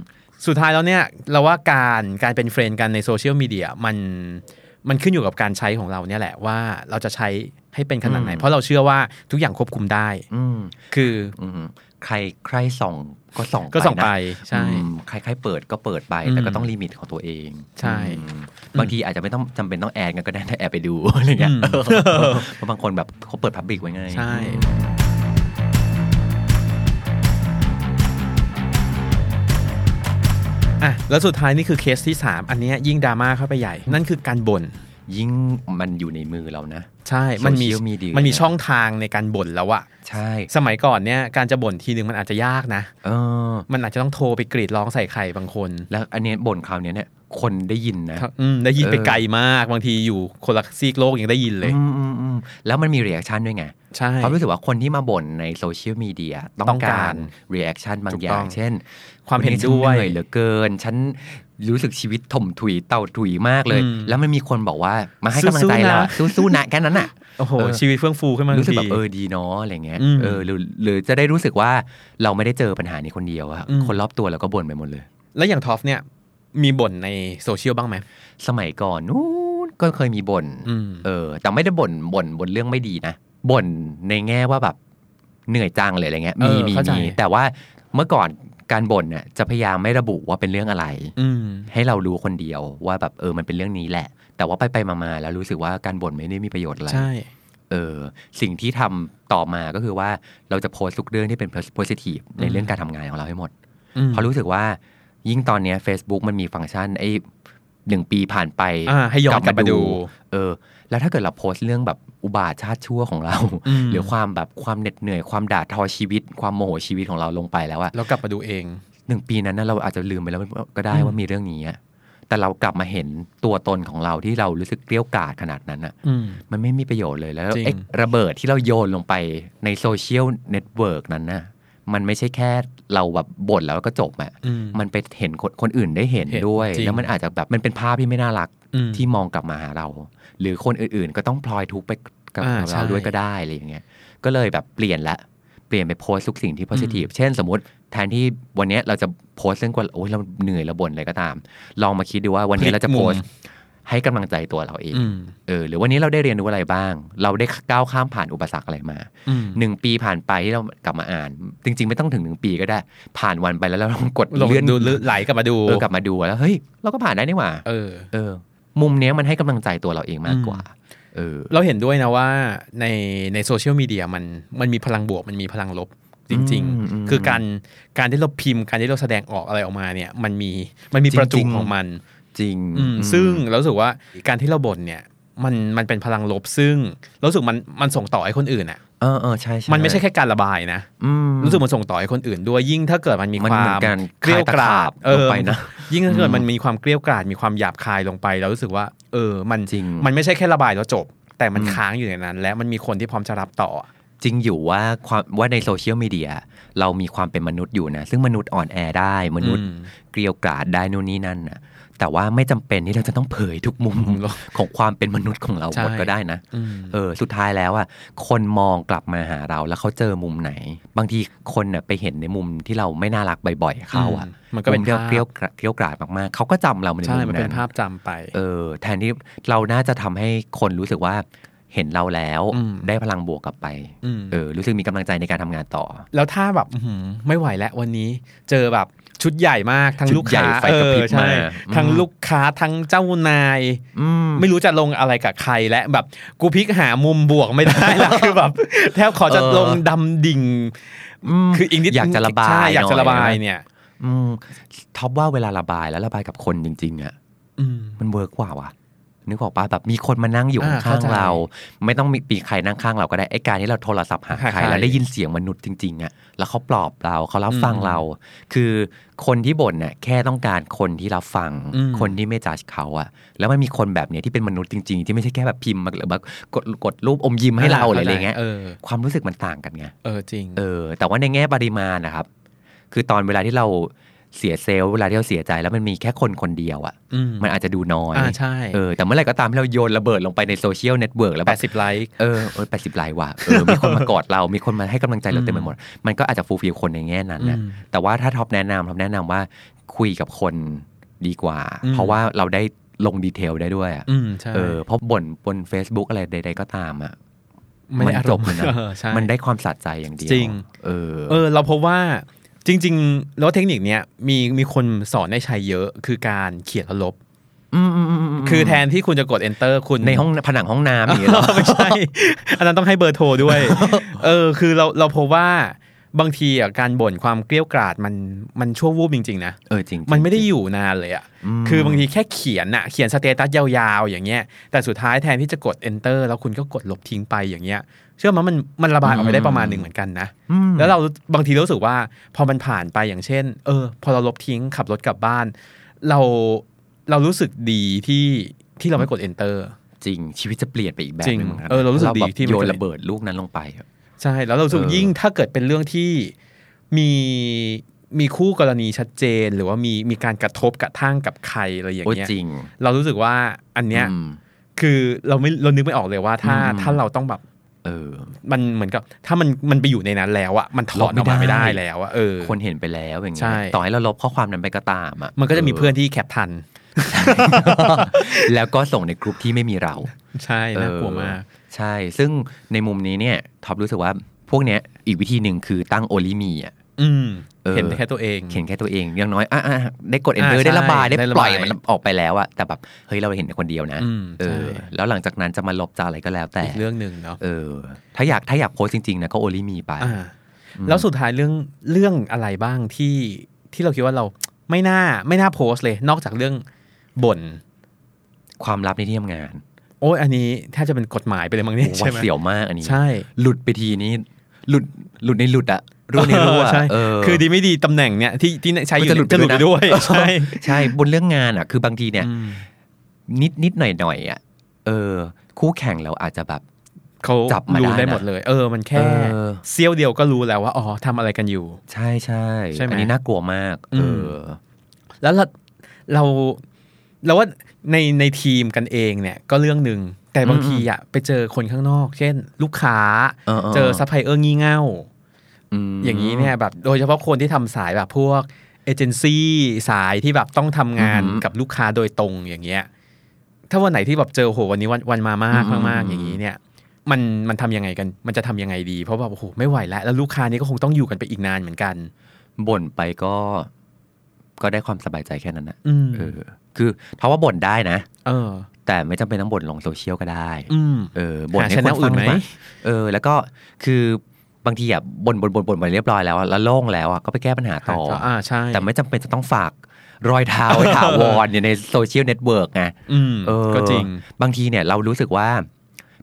B: สุดท้ายแล้วเนี่ยเราว่าการการเป็นเฟรนด์กันในโซเชียลมีเดียมันมันขึ้นอยู่กับการใช้ของเราเนี่ยแหละว่าเราจะใช้ให้เป็นขนาดไหน เพราะเราเชื่อว่าทุกอย่างควบคุมได้
C: อืม
B: คือ
C: อืมใครใครส่องก็ส่อง
B: ก็ส่องไป
C: นะ
B: ใช่
C: อืมใครใครเปิดก็เปิดไป
B: อืม
C: แต่ก็ต้องลิมิตของตัวเอง
B: ใช่
C: อืมบางทีอาจจะไม่ต้องจำเป็นต้องแอดกันก็ได้ แต่แอบไปดู อะไรเงี้ย
B: อืม
C: เออเพราะบาง คนแบบเขาเปิดพับบิกไว้ไง
B: ใช่ อ่ะแล้วสุดท้ายนี่คือเคสที่ 3 อันเนี้ยยิ่งดราม่าเข้าไปใหญ่ นั่นคือการบ่น
C: ยิ่งมันอยู่ในมือเรานะ
B: ใช่มันมี
C: Social media
B: มันมี
C: เนี่ย
B: ช่องทางในการบ่นแล้วอะ
C: ใช่
B: สมัยก่อนเนี่ยการจะบ่นทีนึงมันอาจจะยากนะ
C: เออ
B: มันอาจจะต้องโทรไปกรีดร้องใส่ใครบางคน
C: แล้วอันเนี้ยบ่นคราวเนี้ยเนี่ยคนได้ยินนะ
B: อืมได้ยินไป
C: เออ
B: ไกลมากบางทีอยู่คนละซีกโลกยังได้ยินเลย
C: อืมอืมอืมแล้วมันมีรีแอคชั่นด้วยไง
B: ใช่
C: เขาะรู้สึกว่าคนที่มาบ่นในโซเชียลมีเดียต้
B: ต้
C: อ
B: อง ง
C: กา
B: การ
C: รรีแอคชั่นบาง
B: ถูก
C: อ
B: ต้
C: ย่า
B: อง ง
C: เช่น
B: ความเห็น
C: ฉั
B: ด้วย
C: เหนื่อยเหลือเกิน ฉันรู้สึกชีวิตถมถุยเต่าถุยมากเลย
B: อืม
C: แล้วมันมีคนบอกว่ามาให้กำลัง
B: สู้
C: ใจ
B: ๆนะ
C: เราอะสู้ๆนะแค่นั้นอ่ะ
B: โอ้โห
C: เออ
B: ชีวิตเฟื่องฟูขึ้นมา
C: รู้สึก
B: ทั
C: แบ
B: นที
C: บเออดีเนาะอะไรเงี้ย
B: อืม
C: เออหรือหรือจะได้รู้สึกว่าเราไม่ได้เจอปัญหานี้คนเดียวอะ
B: อืม
C: คนรอบตัวเราก็บ่นไปหมดเลย
B: แล้วอย่างท็อปเนี่ยมีบ่นในโซเชียลบ้างไหม
C: สมัยก่อนนู้นก็เคยมีบ่น
B: อืม
C: เออ แต่ไม่ได้บ่นบ่นบ่นเรื่องไม่ดีนะบ่นในแง่ว่าแบบเหนื่อยจังเลยอะไรเงี้ยมี
B: เออ
C: มี
B: เข้าใจ
C: มีแต่ว่าเมื่อก่อนการบ่นเนี่ยจะพยายามไม่ระบุว่าเป็นเรื่องอะไร
B: อืม
C: ให้เรารู้คนเดียวว่าแบบเออมันเป็นเรื่องนี้แหละ แต่ว่าไปไปๆมาๆแล้วรู้สึกว่าการบ่นไม่ได้มีประโยชน์อะไร
B: ใช่
C: เออ สิ่งที่ทำต่อมาก็คือว่าเราจะโพสต์ทุกเรื่องที่เป็น positive ในเรื่องการทำงานของเราให้หมด
B: อืม
C: เพราะรู้สึกว่ายิ่งตอนเนี้ย Facebook มันมีฟังก์ชันไอ้หนึ่งปีผ่านไป
B: อ่าให้ย้อนกลับมาดู
C: เออ แล้วถ้าเกิดเราโพสต์เรื่องแบบอุบาทชาติชั่วของเรา
B: อืม
C: หรือความแบบความเหน็ดเหนื่อยความด่าทอชีวิต ความโมโหชีวิตของเราลงไปแล้วอะ
B: แล้วกลับมาดูเอง
C: หนึ่งปีนั้นนะเราอาจจะลืมไปแล้วก็ได้ว่ามีเรื่องนี้อะ แต่เรากลับมาเห็นตัวตนของเราที่เรารู้สึกเกลี้ยวกล่อดขนาดนั้นอ่ะ
B: อืม
C: มันไม่มีประโยชน์เลยแล้ว
B: จริง
C: ไอ้ระเบิดที่เราโยนลงไปในโซเชียลเน็ตเวิร์กนั้นน่ะมันไม่ใช่แค่เราแบบบ่นแล้วก็จบอะ
B: อืม
C: มันไปเห็นคนคนอื่นได้เห็น
B: เห็น
C: ด้วย
B: จริง
C: แล้วมันอาจจะแบบมันเป็นภาพที่ไม่น่ารัก
B: อืม
C: ที่มองกลับมาหาเรา หรือคนอื่นๆ ก็ต้องพลอยทุกข์ไปกับ
B: อ่า
C: เรา
B: ใช่
C: ด้วยก็ได้อะไรอย่างเงี้ยก็เลยแบบเปลี่ยนละเปลี่ยนไปโพสต์ทุกสิ่งที่ positive เช่นสมมติแทนที่วันเนี้ยเราจะโพสต์เรื่องกว่าโอ้ยเราเหนื่อยเราบ่นอะไรก็ตาม ลองมาคิดดูว่าวันเนี้ยเราจะ
B: พลิกมุ
C: โพ
B: ม
C: สต์ให้กำลังใจตัวเราเอง
B: อืม
C: เออหรือวันนี้เราได้เรียนรู้อะไรบ้าง เราได้ก้าวข้ามผ่านอุปสรรคอะไรมา
B: อืม
C: หนึ่งปีผ่านไปที่เรากลับมาอ่าน จริง ๆ ไม่ต้องถึงหนึ่งปีก็ได้ ผ่านวันไปแล้วเราลองกด
B: ลอง
C: เลื่อน
B: ดูเลื่อนไหลกลับมาดู
C: เออกลับมาดูแล้วเฮ้ยเราก็ผ่านได้นี่หว่า
B: เออ
C: เออ มุมเนี้ยมันให้กำลังใจตัวเราเองมากกว่า เออ
B: เราเห็นด้วยนะว่าในในโซเชียลมีเดียมันมันมีพลังบวกมันมีพลังลบจริง
C: อืมอืม
B: ๆ คือการการที่เราพิมพ์การที่เราแสดงออกอะไรออกมาเนี่ยมันมีมันมี
C: จ
B: ป
C: ริงๆ
B: ระจุของมัน
C: จริง
B: อืมซึ่งเรารู้สึกว่าการที่เราบ่นเนี่ยมันมันเป็นพลังลบซึ่งเรารู้สึกมันมันส่งต่อให้คนอื่นอ่ะ
C: เออเออใช่ใช่
B: มันไม่ใช่แค่การระบายนะ
C: อืม
B: รู้สึกมันส่งต่อให้คนอื่นด้วยยิ่งถ้าเกิดมันมี
C: มัน
B: ควา
C: เหมือ
B: ม
C: นการ
B: เกลี้ยวกล่อม
C: คายตะขาบลงไปนะ
B: ยิ่งถ้าเกิดมันมีความเกลี้ยวกล่อมมีความหยาบคายลงไปเรารู้สึกว่า เออมัน
C: จริง
B: มันไม่ใช่แค่ระบายแล้วจบ แต่มันค้างอยู่ในนั้น และมันมีคนที่พร้อมจะรับต่อ
C: จริงอยู่ว่าความว่าในโซเชียลมีเดียเรามีความเป็นมนุษย์อยู่นะ ซึ่งมนุษย์อ่อนแอได้มนุษย์
B: อืม
C: เกลียวกราดได้นู่นนี่นั่นนะแต่ว่าไม่จำเป็นที่เราจะต้องเผยทุกมุม
B: โลก
C: ของความเป็นมนุษย์ของเรา
B: ใช่
C: หมดก็ได้นะ
B: อืม
C: เออสุดท้ายแล้วอ่ะคนมองกลับมาหาเราแล้วเขาเจอมุมไหน บางทีคนน่ะไปเห็นในมุมที่เราไม่น่ารักบ่อยๆเขาอ่ะ
B: อืมมันก็เป็น
C: ที่รา
B: ภาพ
C: เกลียวกราดเกลียวกราดมากๆเขาก็จำเราใน
B: ใช่
C: มุม
B: มัน
C: นั้
B: เป็น
C: น
B: ภาพจำไป
C: เออแทนที่เราน่าจะทำให้คนรู้สึกว่าเห็นเราแล้ว
B: อืม
C: ได้พลังบวกกลับไป
B: อืม
C: เออรู้สึกมีกำลังใจในการทำงานต่อ
B: แล้วถ้าแบบอื้อหือไม่ไหวแล้ววันนี้ เจอแบบชุดใหญ่มากทั้ง
C: ชุด
B: ลูกค้า
C: ใหญ่ไฟกระพริบ
B: เออใช่
C: มาอืม
B: ทั้งลูกค้าทั้งเจ้านาย
C: อืม
B: ไม่รู้จะลงอะไรกับใครและแบบกูพลิกหามุมบวกไม่ได้แล้ว คือแบบแทบขอจะ
C: เออ
B: ลงดำดิ่ง
C: ม
B: คืออีกนิด
C: อยากจะระบาย
B: ใช่อยากจะ
C: หน่
B: ระบาย
C: น
B: เนี่ย
C: อืมท็อปว่าเวลาระบายแล้วระบายกับคนจริง ๆอ่ะ
B: อืม
C: มันเวิร์กกว่าว่ะนึกออกปะแบบมีคนมานั่งอยู่
B: อ่า
C: ข้าง
B: เข้าใจ
C: ๆเรา ไม่ต้องมีปีใครนั่งข้างเราก็ได้ไอการที่เราโทรศัพท์หา
B: หา
C: ใคร
B: ใคร
C: แล้วได้ยินเสียงมนุษย์จริงๆอ่ะแล้วเขาปลอบเราเขารับฟัง
B: อืม
C: เรา คือคนที่บ่นน่ะแค่ต้องการคนที่รับฟัง
B: อืม
C: คนที่ไม่จัดเขาอะแล้วมันมีคนแบบเนี้ยที่เป็นมนุษย์จริง ๆ ที่ไม่ใช่แค่แบบพิมพ์มาหรือแบบกดกดรูปอมยิ้มให้เราหรืออะไรเงี้ย
B: เออ
C: ความรู้สึกมันต่างกันไง
B: เออจริง
C: เออแต่ว่าในแง่ปริมาณนะครับ คือตอนเวลาที่เราเสียเซลล์เวลาที่เราเสียใจแล้วมันมีแค่คนคนเดียวอะ
B: อืม
C: มันอาจจะดูน้อย
B: อ่าใช่
C: เออแต่เมื่อไหร่ก็ตามที่เราโยนระเบิดลงไปในโซเชียลเน็ตเวิร์กแล้ว
B: แป
C: แบบ
B: ดสิบไลค์
C: เออเออแปดสิบไลน์ว่ะเออ มีคนมากอดเรา มีคนมาให้กำลังใจเราเต็มไปหมด มันก็อาจจะฟูลฟิลคนในแง่นั้นนะ
B: อืม
C: แต่ว่าถ้าท็อปแนะนำท็อปแนะนำว่าคุยกับคนดีกว่า
B: อืม
C: เพราะว่าเราได้ลงดีเทลได้ด้วยอะ
B: อืมใช่
C: เออเพราะบ่นบน Facebook อะไรใด ๆ ก็ตามอะ
B: ไม่ได้อารมณ์
C: เลยนะ
B: เออใช่
C: มันได้ความสะใจอย่างเดียว
B: จริง
C: เออ
B: เออเราพบว่าจริง ๆ แล้วเทคนิคเนี้ยมีมีคนสอนให้ใช้เยอะคือการเขียนแล้วลบ
C: อืมอืมอืมม
B: คือแทนที่คุณจะกด enter คุณ
C: ในห้องผนังห้องน้ำอย่างเงี้ยเหรอ
B: ไม่ใช่ อันนั้นต้องให้เบอร์โทรด้วย เออ คือเราเราพบว่าบางทีอ่ะการบ่นความเกลี้ยวกล่อมมันมันชั่ววูบจริง ๆ นะ
C: เออจริงๆ
B: มันไม่ได้อยู่นานเลยอ่ะ คือบางทีแค่เขียนอะเขียนสเตตัสยาวๆ อย่างเงี้ย แต่สุดท้ายแทนที่จะกด enter แล้วคุณก็กดลบทิ้งไปอย่างเงี้ย เชื่อมั้ยมันมันระบายออกไปได้ประมาณหนึ่งเหมือนกันนะ แล้วเราบางทีรู้สึกว่าพอมันผ่านไปอย่างเช่น เออ พอเราลบทิ้งขับรถกลับบ้าน เราเรารู้สึกดีที่ที่เราไม่กด enter
C: จริงชีวิตจะเปลี่ยนไปอีกแบบ
B: จริง
C: หนึ่งหมืนน
B: เออเรารู้สึกดี
C: แบบ
B: ที่มัน
C: โยนระเบิดลูกนั้นลงไป
B: ใช่แล้วเรารู้สึก
C: เออ
B: ยิ่งถ้าเกิดเป็นเรื่องที่มีมีคู่กรณีชัดเจน หรือว่ามีมีการกระทบกระทั่งกับใครอะไรอย่าง
C: โอ้ย
B: เงี้ย
C: จริง
B: เรารู้สึกว่าอันเนี้ย
C: อืม
B: คือเราไม่เรานึกไม่ออกเลยว่าถ้า
C: อืม
B: ถ้าเราต้องแบบ
C: เออ
B: มันเหมือนกับ ถ้ามันมันไปอยู่ในนั้นแล้วอะมันถอนอ
C: ล
B: อบก
C: ไม่
B: มาไม่
C: ได้
B: ได้แล้วอะเออ
C: คนเห็นไปแล้วอย่าง
B: ใช่
C: เงี้ยต่อให้เราลบข้อความนั้นไปก็ตามอ่ะ
B: มันก็จะมีเพื่อนที่แคปทัน
C: แล้วก็ส่งในกลุ่มที่ไม่มีเรา
B: ใช่น่ากลัวมาก
C: เออใช่ ซึ่งในมุมนี้เนี่ยท็อปรู้สึกว่าพวกเนี้ยอีกวิธีหนึ่งคือตั้งโอลิมีอ่ะ
B: อืม
C: เออ
B: เห็นแค่ตัวเอง
C: เขียนแค่ตัวเองอย่างน้อยอ่ะอ่ะได้กด enter
B: อ่าใช่
C: ได้ระบายได้
B: ได้ระบาย
C: ปล่อยมันออกไปแล้วอะแต่แบบเฮ้ยเราเห็นคนเดียวนะ
B: อืม
C: เอ
B: ใช่
C: อ แล้วหลังจากนั้นจะมาลบจะอะไรก็แล้วแต่
B: อีกเรื่องหนึ่งเนาะ
C: เออ ถ้าอยากถ้าอยากโพสต์จริงๆนะก็โอลิมีไป
B: อ่า แล้วสุดท้ายเรื่องเรื่องอะไรบ้างที่ที่เราคิดว่าเราไม่น่าไม่น่าโพสต์เลย นอกจากเรื่องบ่น
C: ความลับในที่ทำงาน
B: โอ้ยอันนี้แทบจะเป็นกฎหมายไปเลยมั้งเนี่ย
C: โอ้โหห
B: ใช่
C: วัด
B: ไหม
C: เสียวมากอันนี้
B: ใช่
C: หลุดไปทีนี้หลุดหลุดในหลุดอะ รั่วในรั่ว
B: เออใช่
C: เ
B: คือดีไม่ดีตำแหน่งเนี่ยที่ที่ใช้
C: มั
B: อนยู่
C: จะหลุด
B: เนี่ยจะหลุดไปด้วย
C: นะ
B: ใช่
C: ใช่บนเรื่องงานอ่ะ คือบางทีเนี่ย
B: อืม
C: นิดนิดหน่อยหน่อยๆอ่ะเออ คู่แข่งเราอาจจะแบบ
B: เขา
C: จับมาได้
B: รู้ได้
C: นะ
B: หมดเลย เออ มันแค่
C: เออ
B: เซี่ยวเดียวก็รู้แล้วว่าอ๋อทำอะไรกันอยู่
C: ใช่ใช่
B: ใช่ไหม
C: อันนี้น่ากลัวมาก
B: อื
C: เอ
B: ม
C: อ
B: แล้วเราเราเราว่าในในทีมกันเองเนี่ยก็เรื่องหนึ่งแต่บางทีอ่ะไปเจอคนข้างนอก เช่น ลูกค้า
C: เออเออ
B: เจอซัพพลายเออร์งี่เง่า
C: ม
B: อย่างนี้เนี่ยแบบโดยเฉพาะคนที่ทำสายแบบพวกเอเจนซี่สายที่แบบต้องทำงาน
C: อืม
B: กับลูกค้าโดยตรงอย่างเงี้ยถ้าวันไหนที่แบบเจอโหวันนี้วันวันมามาก
C: อืม
B: มากๆอย่างนี้เนี่ย มันมันทำยังไงกันมันจะทำยังไงดี เพราะแบบโอ้โหไม่ไหวแล้วแล้วลูกค้านี่ก็คงต้องอยู่กันไปอีกนานเหมือนกัน
C: บ่นไปก็ ก็ได้ความสบายใจแค่นั้นนะ
B: อืม
C: เออ คือเพราะว่าบ่นได้นะ
B: เออ
C: แต่ไม่จำเป็นต้องบ่นลงโซเชียลก็ได้
B: อืม
C: เออบ่น
B: หา
C: ให้คน
B: channel อื่
C: ฟัง
B: นไหม
C: ดีกว่าเออ แล้วก็คือบางทีอ่ะบ่นบ่นบ่นบ่นไปเรียบร้อยแล้วอะแล้วโล่งแล้วอ่ะก็ไปแก้ปัญหาต่อ
B: อ่าใช่
C: แต่ไม่จำเป็นจะต้องฝากรอยเท้าไว้ถาวรอยู่ในโซเชียลเน็ตเวิร์กไง
B: อืม
C: เออ
B: ก็จริง
C: บางทีเนี่ยเรารู้สึกว่า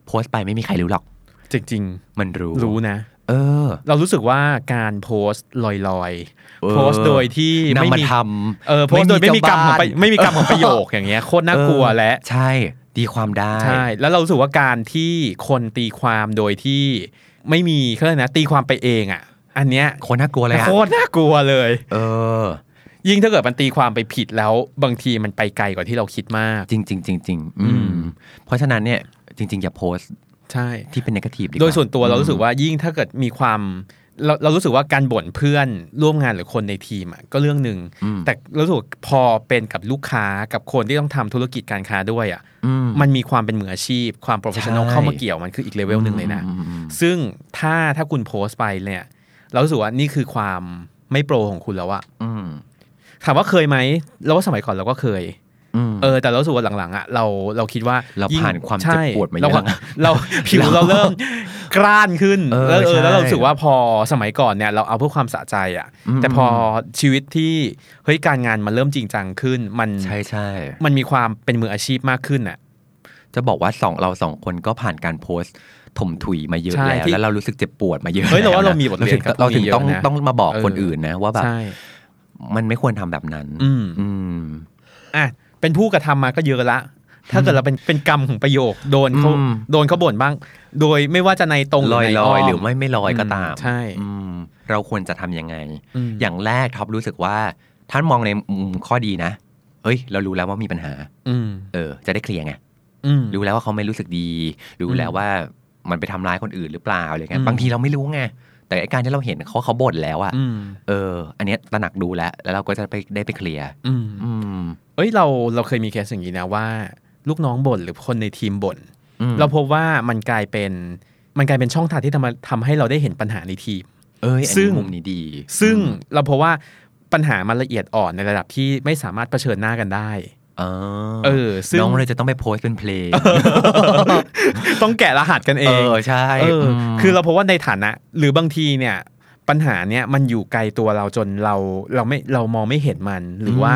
C: โพสต์ไปไม่มีใครรู้หรอก
B: จริงจริง
C: มันรู้
B: ๆรู้นะ
C: เออ
B: เรารู้สึกว่าการโพสต์ลอย
C: เอ
B: ๆ
C: อ
B: โพสต์โดยที่ไม่
C: นำมา
B: มี
C: ทำ
B: เออโพสต์โดยไม่มีกรรมของประ
C: เจ้าบ้าน
B: ไม่มีกรรมของประโยค อย่างเงี้ยโคตรน่ากลัวและ
C: ใช่ ดีความได้
B: ใช่แล้วเรารู้สึกว่าการที่คนตีความโดยที่ไม่มีเขาเรียกนะตีความไปเองอ่ะ อันเนี้ย
C: โคนน่ากลัวเลยอะ
B: โคตรน่ากลัวเลย
C: เออ
B: ยิ่งถ้าเกิดมันตีความไปผิดแล้ว บางทีมันไปไกลกว่าที่เราคิดมาก
C: จริงจริงจริงจริงอื
B: อื
C: ม
B: ม
C: เพราะฉะนั้นเนี่ย จริง ๆ อย่าโพสต์
B: ใช่
C: ที่เป็นนกาทีฟดีกว่า
B: โดยส่วนตัวเรารู้สึกว่ายิ่งถ้าเกิดมีความเราเรารู้สึกว่าการบ่นเพื่อนร่วมงานหรือคนในทีมอ่ะก็เรื่องหนึ่ง
C: อืม
B: แต่รู้สึกว่าพอเป็นกับลูกค้ากับคนที่ต้องทำธุรกิจการค้าด้วยอ่ะ
C: อืม
B: มันมีความเป็นมืออาชีพ ความโปรเฟชชั่นอล
C: ใช่
B: เข้ามาเกี่ยวมันคืออีกเลเวลหนึ่งเลยนะ
C: อืมอืมอืม
B: ซึ่งถ้าถ้าคุณโพสต์ไปเนี่ย เรารู้สึกว่านี่คือความไม่โปรของคุณแล้วอะ
C: อืม
B: ถามว่าเคยไหมเราว่าสมัยก่อนเราก็เคย
C: อืม
B: เออแต่เรารู้สึกว่าหลังๆอะเราเราคิดว่า
C: เรา
B: ยิ่ง
C: ผ่านความเจ็บ
B: ใช่
C: ปวดมาเยอะ
B: เรา
C: แล้วนะ
B: เราผิวเราเริ่มกร้านขึ้น
C: เออ
B: แล้วเออ
C: ใช่
B: แล้วเรารู้สึกว่าพอสมัยก่อนเนี่ยเราเอาเพื่อความสะใจอะ
C: อืม
B: แต่พอชีวิตที่เฮ้ยการงานมันเริ่มจริงจังขึ้นมัน
C: ใช่ใช่
B: มันมีความเป็นมืออาชีพมากขึ้นอะ
C: จะบอกว่าสองเราสองคนก็ผ่านการโพสต์ถมถุยมาเยอะ
B: ใช่
C: แล้ว
B: ที่
C: แล้วเรารู้สึกเจ็บปวดมาเยอะ
B: เฮ้ยเราว่า
C: แล้วะ
B: เรามีบทเรียนกับ
C: เราถึง
B: พวกนี้เย
C: ต้อง
B: อะนะ
C: ต้องมาบอก
B: เออ
C: คนอื่นนะ ว่าแบบ
B: ใช่
C: มันไม่ควรทำแบบนั้น
B: อืม
C: อืม
B: อ่ะเป็นผู้กระทำมาก็เยอะละ ถ้าเกิดเราเป็นเป็นกรรมของประโยค โดนเขา
C: อืม
B: โดนเขาบ่นบ้าง โดยไม่ว่าจะในตรง
C: ลอย
B: ใน
C: ลอย
B: ม
C: หรือไม่ไม่ลอยก็ตาม
B: อืมใช่
C: อืมเราควรจะทำยังไง
B: อืม
C: อย่างแรกท็อปรู้สึกว่าท่านมองในมุมข้อดีนะเฮ้ย เรารู้แล้วว่ามีปัญหา
B: อืม
C: เออ จะได้เคลียร์ไง
B: อืม
C: รู้แล้วว่าเขาไม่รู้สึกดี รู้แล้วว่ามันไปทำร้ายคนอื่นหรือเปล่าอะไรเงี้
B: อื
C: ย
B: ม
C: บางทีเราไม่รู้ไงแต่ไอ้การที่เราเห็นเขาเขาบ่นแล้วอะ
B: อืม
C: เออ อันเนี้ยตระหนักดูแล้ว แล้วเราก็จะไปได้ไปเคลียร์
B: อืม
C: อืม
B: เอ้ยเราเราเคยมีเคสอย่างนี้นะว่า ลูกน้องบ่นหรือคนในทีมบ่น
C: อืม
B: เราพบว่ามันกลายเป็นมันกลายเป็นช่องทางที่ทำมาทำให้เราได้เห็นปัญหาในทีม
C: เอ้ยอัน
B: ซึ่
C: นี้
B: ง
C: มุมนี้ดี
B: ซึ่ง
C: อืม
B: เราพบว่าปัญหามันละเอียดอ่อนในระดับที่ไม่สามารถเผชิญหน้ากันได้
C: เออ
B: เออ ซึ่ง
C: น้องเลยจะต้องไปโพสต์เป็นเพลง
B: ต้องแกะรหัสกันเอ
C: เอง อ ใช่
B: เอออ
C: ม
B: คือเราพบว่าในฐานะ หรือบางทีเนี่ย ปัญหาเนี่ยมันอยู่ไกลตัวเราจนเราเราไม่เรามองไม่เห็นมัน หรือว่า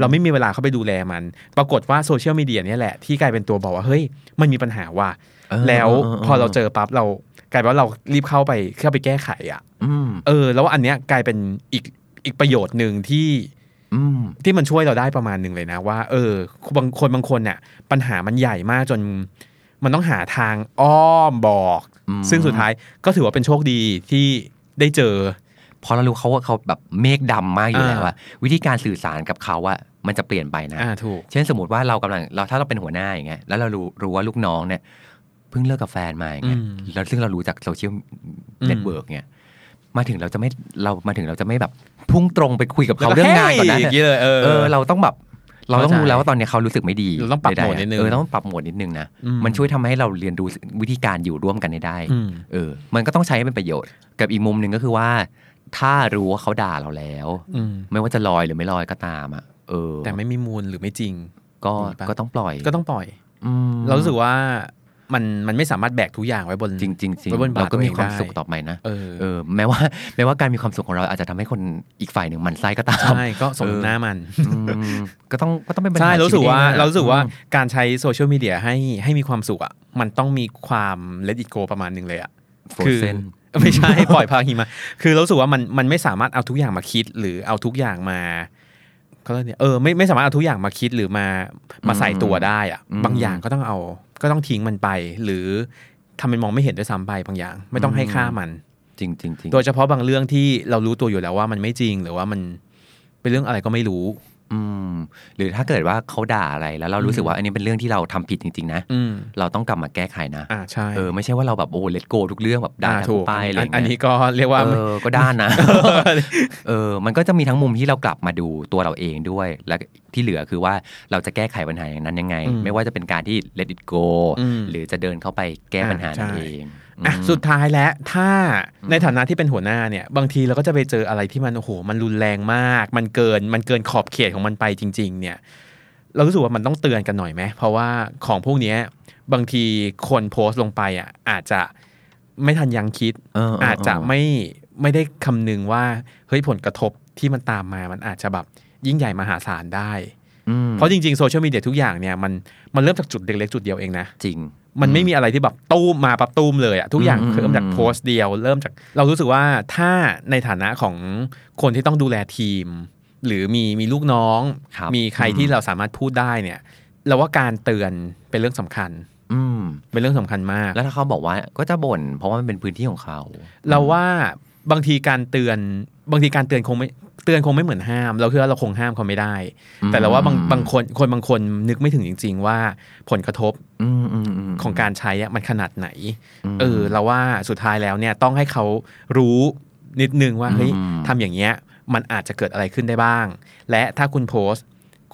B: เราไม่มีเวลาเข้าไปดูแลมัน ปรากฏว่าโซเชียลมีเดียเนี่ยแหละที่กลายเป็นตัวบอกว่าเฮ้ยมันมีปัญหาว่ะ
C: เออ
B: แล้วพอเราเจอปั๊บเรากลายเป็นว่าเรารีบเข้าไปเข้าไปแก้ไขอ่ะ
C: อืม
B: เออ แล้วอันเนี้ยกลายเป็นอีกอีกประโยชน์หนึ่งที่
C: อืม
B: ที่มันช่วยเราได้ประมาณหนึ่งเลยนะว่า เออบางคนบางคนเนี่ยปัญหามันใหญ่มากจน มันต้องหาทางอ้อมบอก
C: อืม
B: ซึ่งสุดท้ายก็ถือว่าเป็นโชคดีที่ได้เจอ
C: พอเรารู้เขาว่าเขาแบบเมฆดำมากอยู่แล้ว
B: อ่า
C: อะวิธีการสื่อสารกับเขาอะมันจะเปลี่ยนไปนะ
B: อ่าถูก
C: เช่นสมมติว่าเรากำลังเราถ้าเราเป็นหัวหน้าอย่างเงี้ยแล้วเรารู้รู้ว่าลูกน้องเนี่ยเพิ่งเลิกกับแฟนมาอย่างเงี้ย
B: อืม
C: แล้วซึ่งเรารู้จากโซเชียล
B: อืม
C: เน็ตเวิร์กเนี่ยมาถึงเราจะไม่เรามาถึงเราจะไม่แบบพุ่งตรงไปคุยกับเขาเรื่องงานก่อน
B: แล้วก็
C: นะ
B: hey อย่างงี้เลยเออ
C: เออ เราต้องแบบ เราต้อง
B: เข้าใจ
C: รู้แล้วว่าตอนเนี้ยเขารู้สึกไม่ดี
B: เราต้องปรับโหมดนิดนึง
C: เออต้องปรับโหมดนิดนึงนะ
B: อืม
C: มันช่วยทำให้เราเรียนรู้วิธีการอยู่ร่วมกันได้
B: อืม
C: เออ มันก็ต้องใช้ให้เป็นประโยชน์ กับอีกมุมหนึ่งก็คือว่า ถ้ารู้ว่าเขาด่าเราแล้ว
B: อืม
C: ไม่ว่าจะลอยหรือไม่ลอยก็ตามอ่ะเออ
B: แต่ไม่มีมูลหรือไม่จริง
C: ก็
B: มีปะ
C: ก็ต้องปล่อย
B: ก็ต้องปล่อย
C: อืม
B: เรารู้สึกว่ามันมันไม่สามารถแบกทุกอย่างไว้บน
C: จริงจริงจริง
B: ไว้บนบ่า
C: เราก็มี
B: ตัวเอง
C: ความ
B: ได้
C: สุขต่อไปนะ
B: เออ
C: เออแม้ว่า แม้ว่าการมีความสุขของเราอาจจะทำให้คนอีกฝ่ายหนึ่งหมันไส้ก็ตาม
B: ใช่ก็สมน้ำหน้ามัน
C: อืมก็ต้องก็ต้องเป็นปัญหา
B: ใช่เรารู้สึกว่า
C: ชีตองอะ
B: เรารู้สึกว่า
C: อืม
B: การใช้โซเชียลมีเดียให้ให้มีความสุขอ่ะมันต้องมีความเลดิโกประมาณหนึ่งเลยอ่ะ
C: โฟ
B: คือ
C: เซน
B: ไม่ใช่ ปล่อยพาหิมะคือเรารู้สึกว่ามันมันไม่สามารถเอาทุกอย่างมาคิด หรือเอาทุกอย่างมาเขาเรียกเนี่ยเออไม่ไม่สามารถเอาทุกอย่างมาคิดหรือมามาใส่ตัวได้อะ
C: อืม
B: บางอย่างก็ต้องเอา ก็ต้องทิ้งมันไป หรือทำเป็นมองไม่เห็นด้วยซ้ำไปบางอย่าง ไม่ต้องให้ค่ามัน
C: จริงจริงจริง
B: โดยเฉพาะบางเรื่องที่เรารู้ตัวอยู่แล้วว่ามันไม่จริงหรือว่ามันเป็นเรื่องอะไรก็ไม่รู้
C: อืมหรือถ้าเกิดว่าเขาด่าอะไรแล้วเรารู้สึกว่าอันนี้เป็นเรื่องที่เราทำผิดจริง ๆ นะ
B: อืม
C: เราต้องกลับมาแก้ไขนะ
B: อ่าใช่
C: เออไม่ใช่ว่าเราแบบโอ้เลตโกทุกเรื่องแบบด่า
B: อ่า
C: ทุ
B: ถู
C: ก
B: ก
C: ป้ายอะไร
B: อัน
C: อย่าง
B: อัน
C: เงี้
B: นี้
C: ย
B: ก็เรียกว่า
C: เออก็ด้านนะ เออมันก็จะมีทั้งมุมที่เรากลับมาดูตัวเราเองด้วย และที่เหลือคือว่าเราจะแก้ไขปัญหาอย่างนั้นยังไง
B: อืม
C: ไม่ว่าจะเป็นการที่ let it go
B: อืม
C: หรือจะเดินเข้าไปแก้ปัญหานั่น
B: อ่าใช่
C: เอง
B: อ่ะ
C: อืม
B: สุดท้ายแล้วถ้าในฐานะที่เป็นหัวหน้าเนี่ย บางทีเราก็จะไปเจออะไรที่มันโอ้โหมันรุนแรงมาก มันเกินมันเกินขอบเขตของมันไปจริง ๆ เนี่ย เรารู้สึกว่ามันต้องเตือนกันหน่อยไหมเพราะว่าของพวกเนี้ยบางทีคนโพสต์ลงไปอ่ะอาจจะไม่ทันยังคิด
C: เออเออเอออ
B: จจะไม่ไม่ได้คำนึงว่าเฮ้ยผลกระทบที่มันตามมามันอาจจะแบบยิ่งใหญ่มหาศาลได้
C: อืม
B: เพราะจริงๆโซเชียลมีเดียทุกอย่างเนี่ยมันมันเริ่มจากจุดเล็กๆจุดเดียวเองนะ
C: จริง
B: มันไม่มีอะไรที่แบบตู้มมาปั๊บตู้มเลยอะทุกอย่าง
C: อืม
B: เริ่มจาก
C: อืม
B: โพสต์เดียว เริ่มจากเรารู้สึกว่าถ้าในฐานะของคนที่ต้องดูแลทีม หรือมีมีลูกน้อง
C: ครับ
B: มีใครที่เราสามารถพูดได้เนี่ยเราว่าการเตือนเป็นเรื่องสำคัญ
C: อืม
B: เป็นเรื่องสำคัญมาก
C: แล้วถ้าเขาบอกว่าก็จะบ่นเพราะว่ามันเป็นพื้นที่ของเขา
B: เราว่าบางทีการเตือนบางทีการเตือนคงไม่เตือนคงไม่เหมือนห้าม เราคือว่าเราคงห้ามเขาไม่ได้
C: อืม
B: แต่เราว่าบางบางคนคนบางคนนึกไม่ถึงจริง ๆ ว่าผลกระทบ
C: อืมอืมม
B: ของการใช้อะมันขนาดไหน
C: อืม
B: เออเราว่าสุดท้ายแล้วเนี่ยต้องให้เขารู้นิดนึงว่าเฮ้ย
C: อืม
B: ทำอย่างเงี้ยมันอาจจะเกิดอะไรขึ้นได้บ้าง และถ้าคุณโพสต์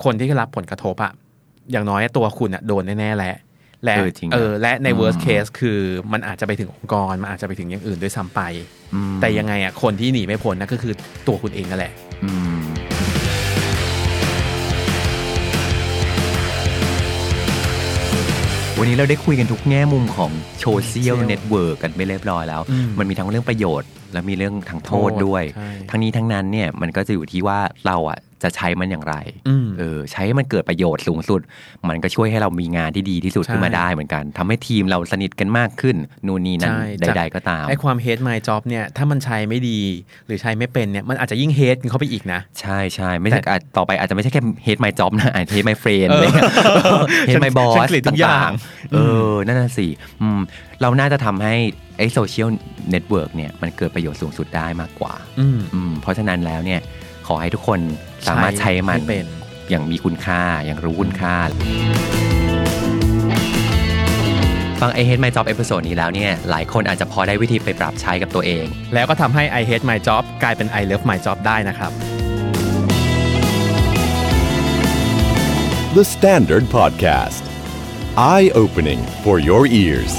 B: คนที่ได้รับผลกระทบอะอย่างน้อยตัวคุณอะโดนแน่ๆแหละและ
C: เออจริงนะ
B: เออและใน worst
C: อืม
B: case คือมันอาจจะไปถึงองค์กร มันอาจจะไปถึงอย่างอื่นด้วยซ้ำไป
C: อืม
B: แต่ยังไงอะคนที่หนีไม่พ้นนะก็คือตัวคุณเองนั่นแหละ
C: อืมวันนี้เราได้คุยกันทุกแง่มุมของโซเชียลเน็ตเวิร์กกันไปเรียบร้อยแล้ว
B: อืม
C: มันมีทั้งเรื่องประโยชน์ และมีเรื่องทางโทษ
B: โทษ
C: ด้วย
B: ใช่
C: ทั้งนี้ทั้งนั้นเนี่ยมันก็จะอยู่ที่ว่าเราอ่ะจะใช้มันอย่างไร
B: อืม
C: เออใช้ให้มันเกิดประโยชน์สูงสุด มันก็ช่วยให้เรามีงานที่ดีที่สุด
B: ใช่
C: ขึ้นมาได้เหมือนกันทำให้ทีมเราสนิทกันมากขึ้น นู่นนี่นั่น
B: ใช่
C: ใด
B: จาก
C: ๆก็ตาม
B: ไอความ hate my job เนี่ยถ้ามันใช้ไม่ดีหรือใช้ไม่เป็นเนี่ยมันอาจจะยิ่ง hate เข้าไปอีกนะ
C: ใช่ใช่ไม่ใช่
B: แต่
C: อาจต่อไปอาจจะไม่ใช่แค่เฮดไมจ็อบนะอาจจะเฮดไมเฟรน
B: เออ
C: เฮดไมบอ
B: ฉัน
C: ส
B: เกลียดทุกอย่าง
C: เออ นั่นน่ะสิอืมเราน่าจะทำให้ไอ้โซเชียลเน็ตเวิร์กเนี่ยมันเกิดประโยชน์สูงสุดได้มากกว่า
B: อืม
C: อืมเพราะฉะนั้นแล้วเนี่ยขอให้ทุกคนสามารถใช้มัน
B: ห้เป็น
C: อย่างมีคุณค่าอย่างรู้คุณค่า ฟังไอเฮดไมจ็อบเอพิโซดนี้แล้วเนี่ยหลายคนอาจจะพอได้วิธีไปปรับใช้กับตัวเอง
B: แล้วก็ทำให้ I hate my job กลายเป็น I love my job ได้นะครับ
A: The Standard Podcast. Eye opening for your ears.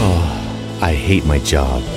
A: I hate my job.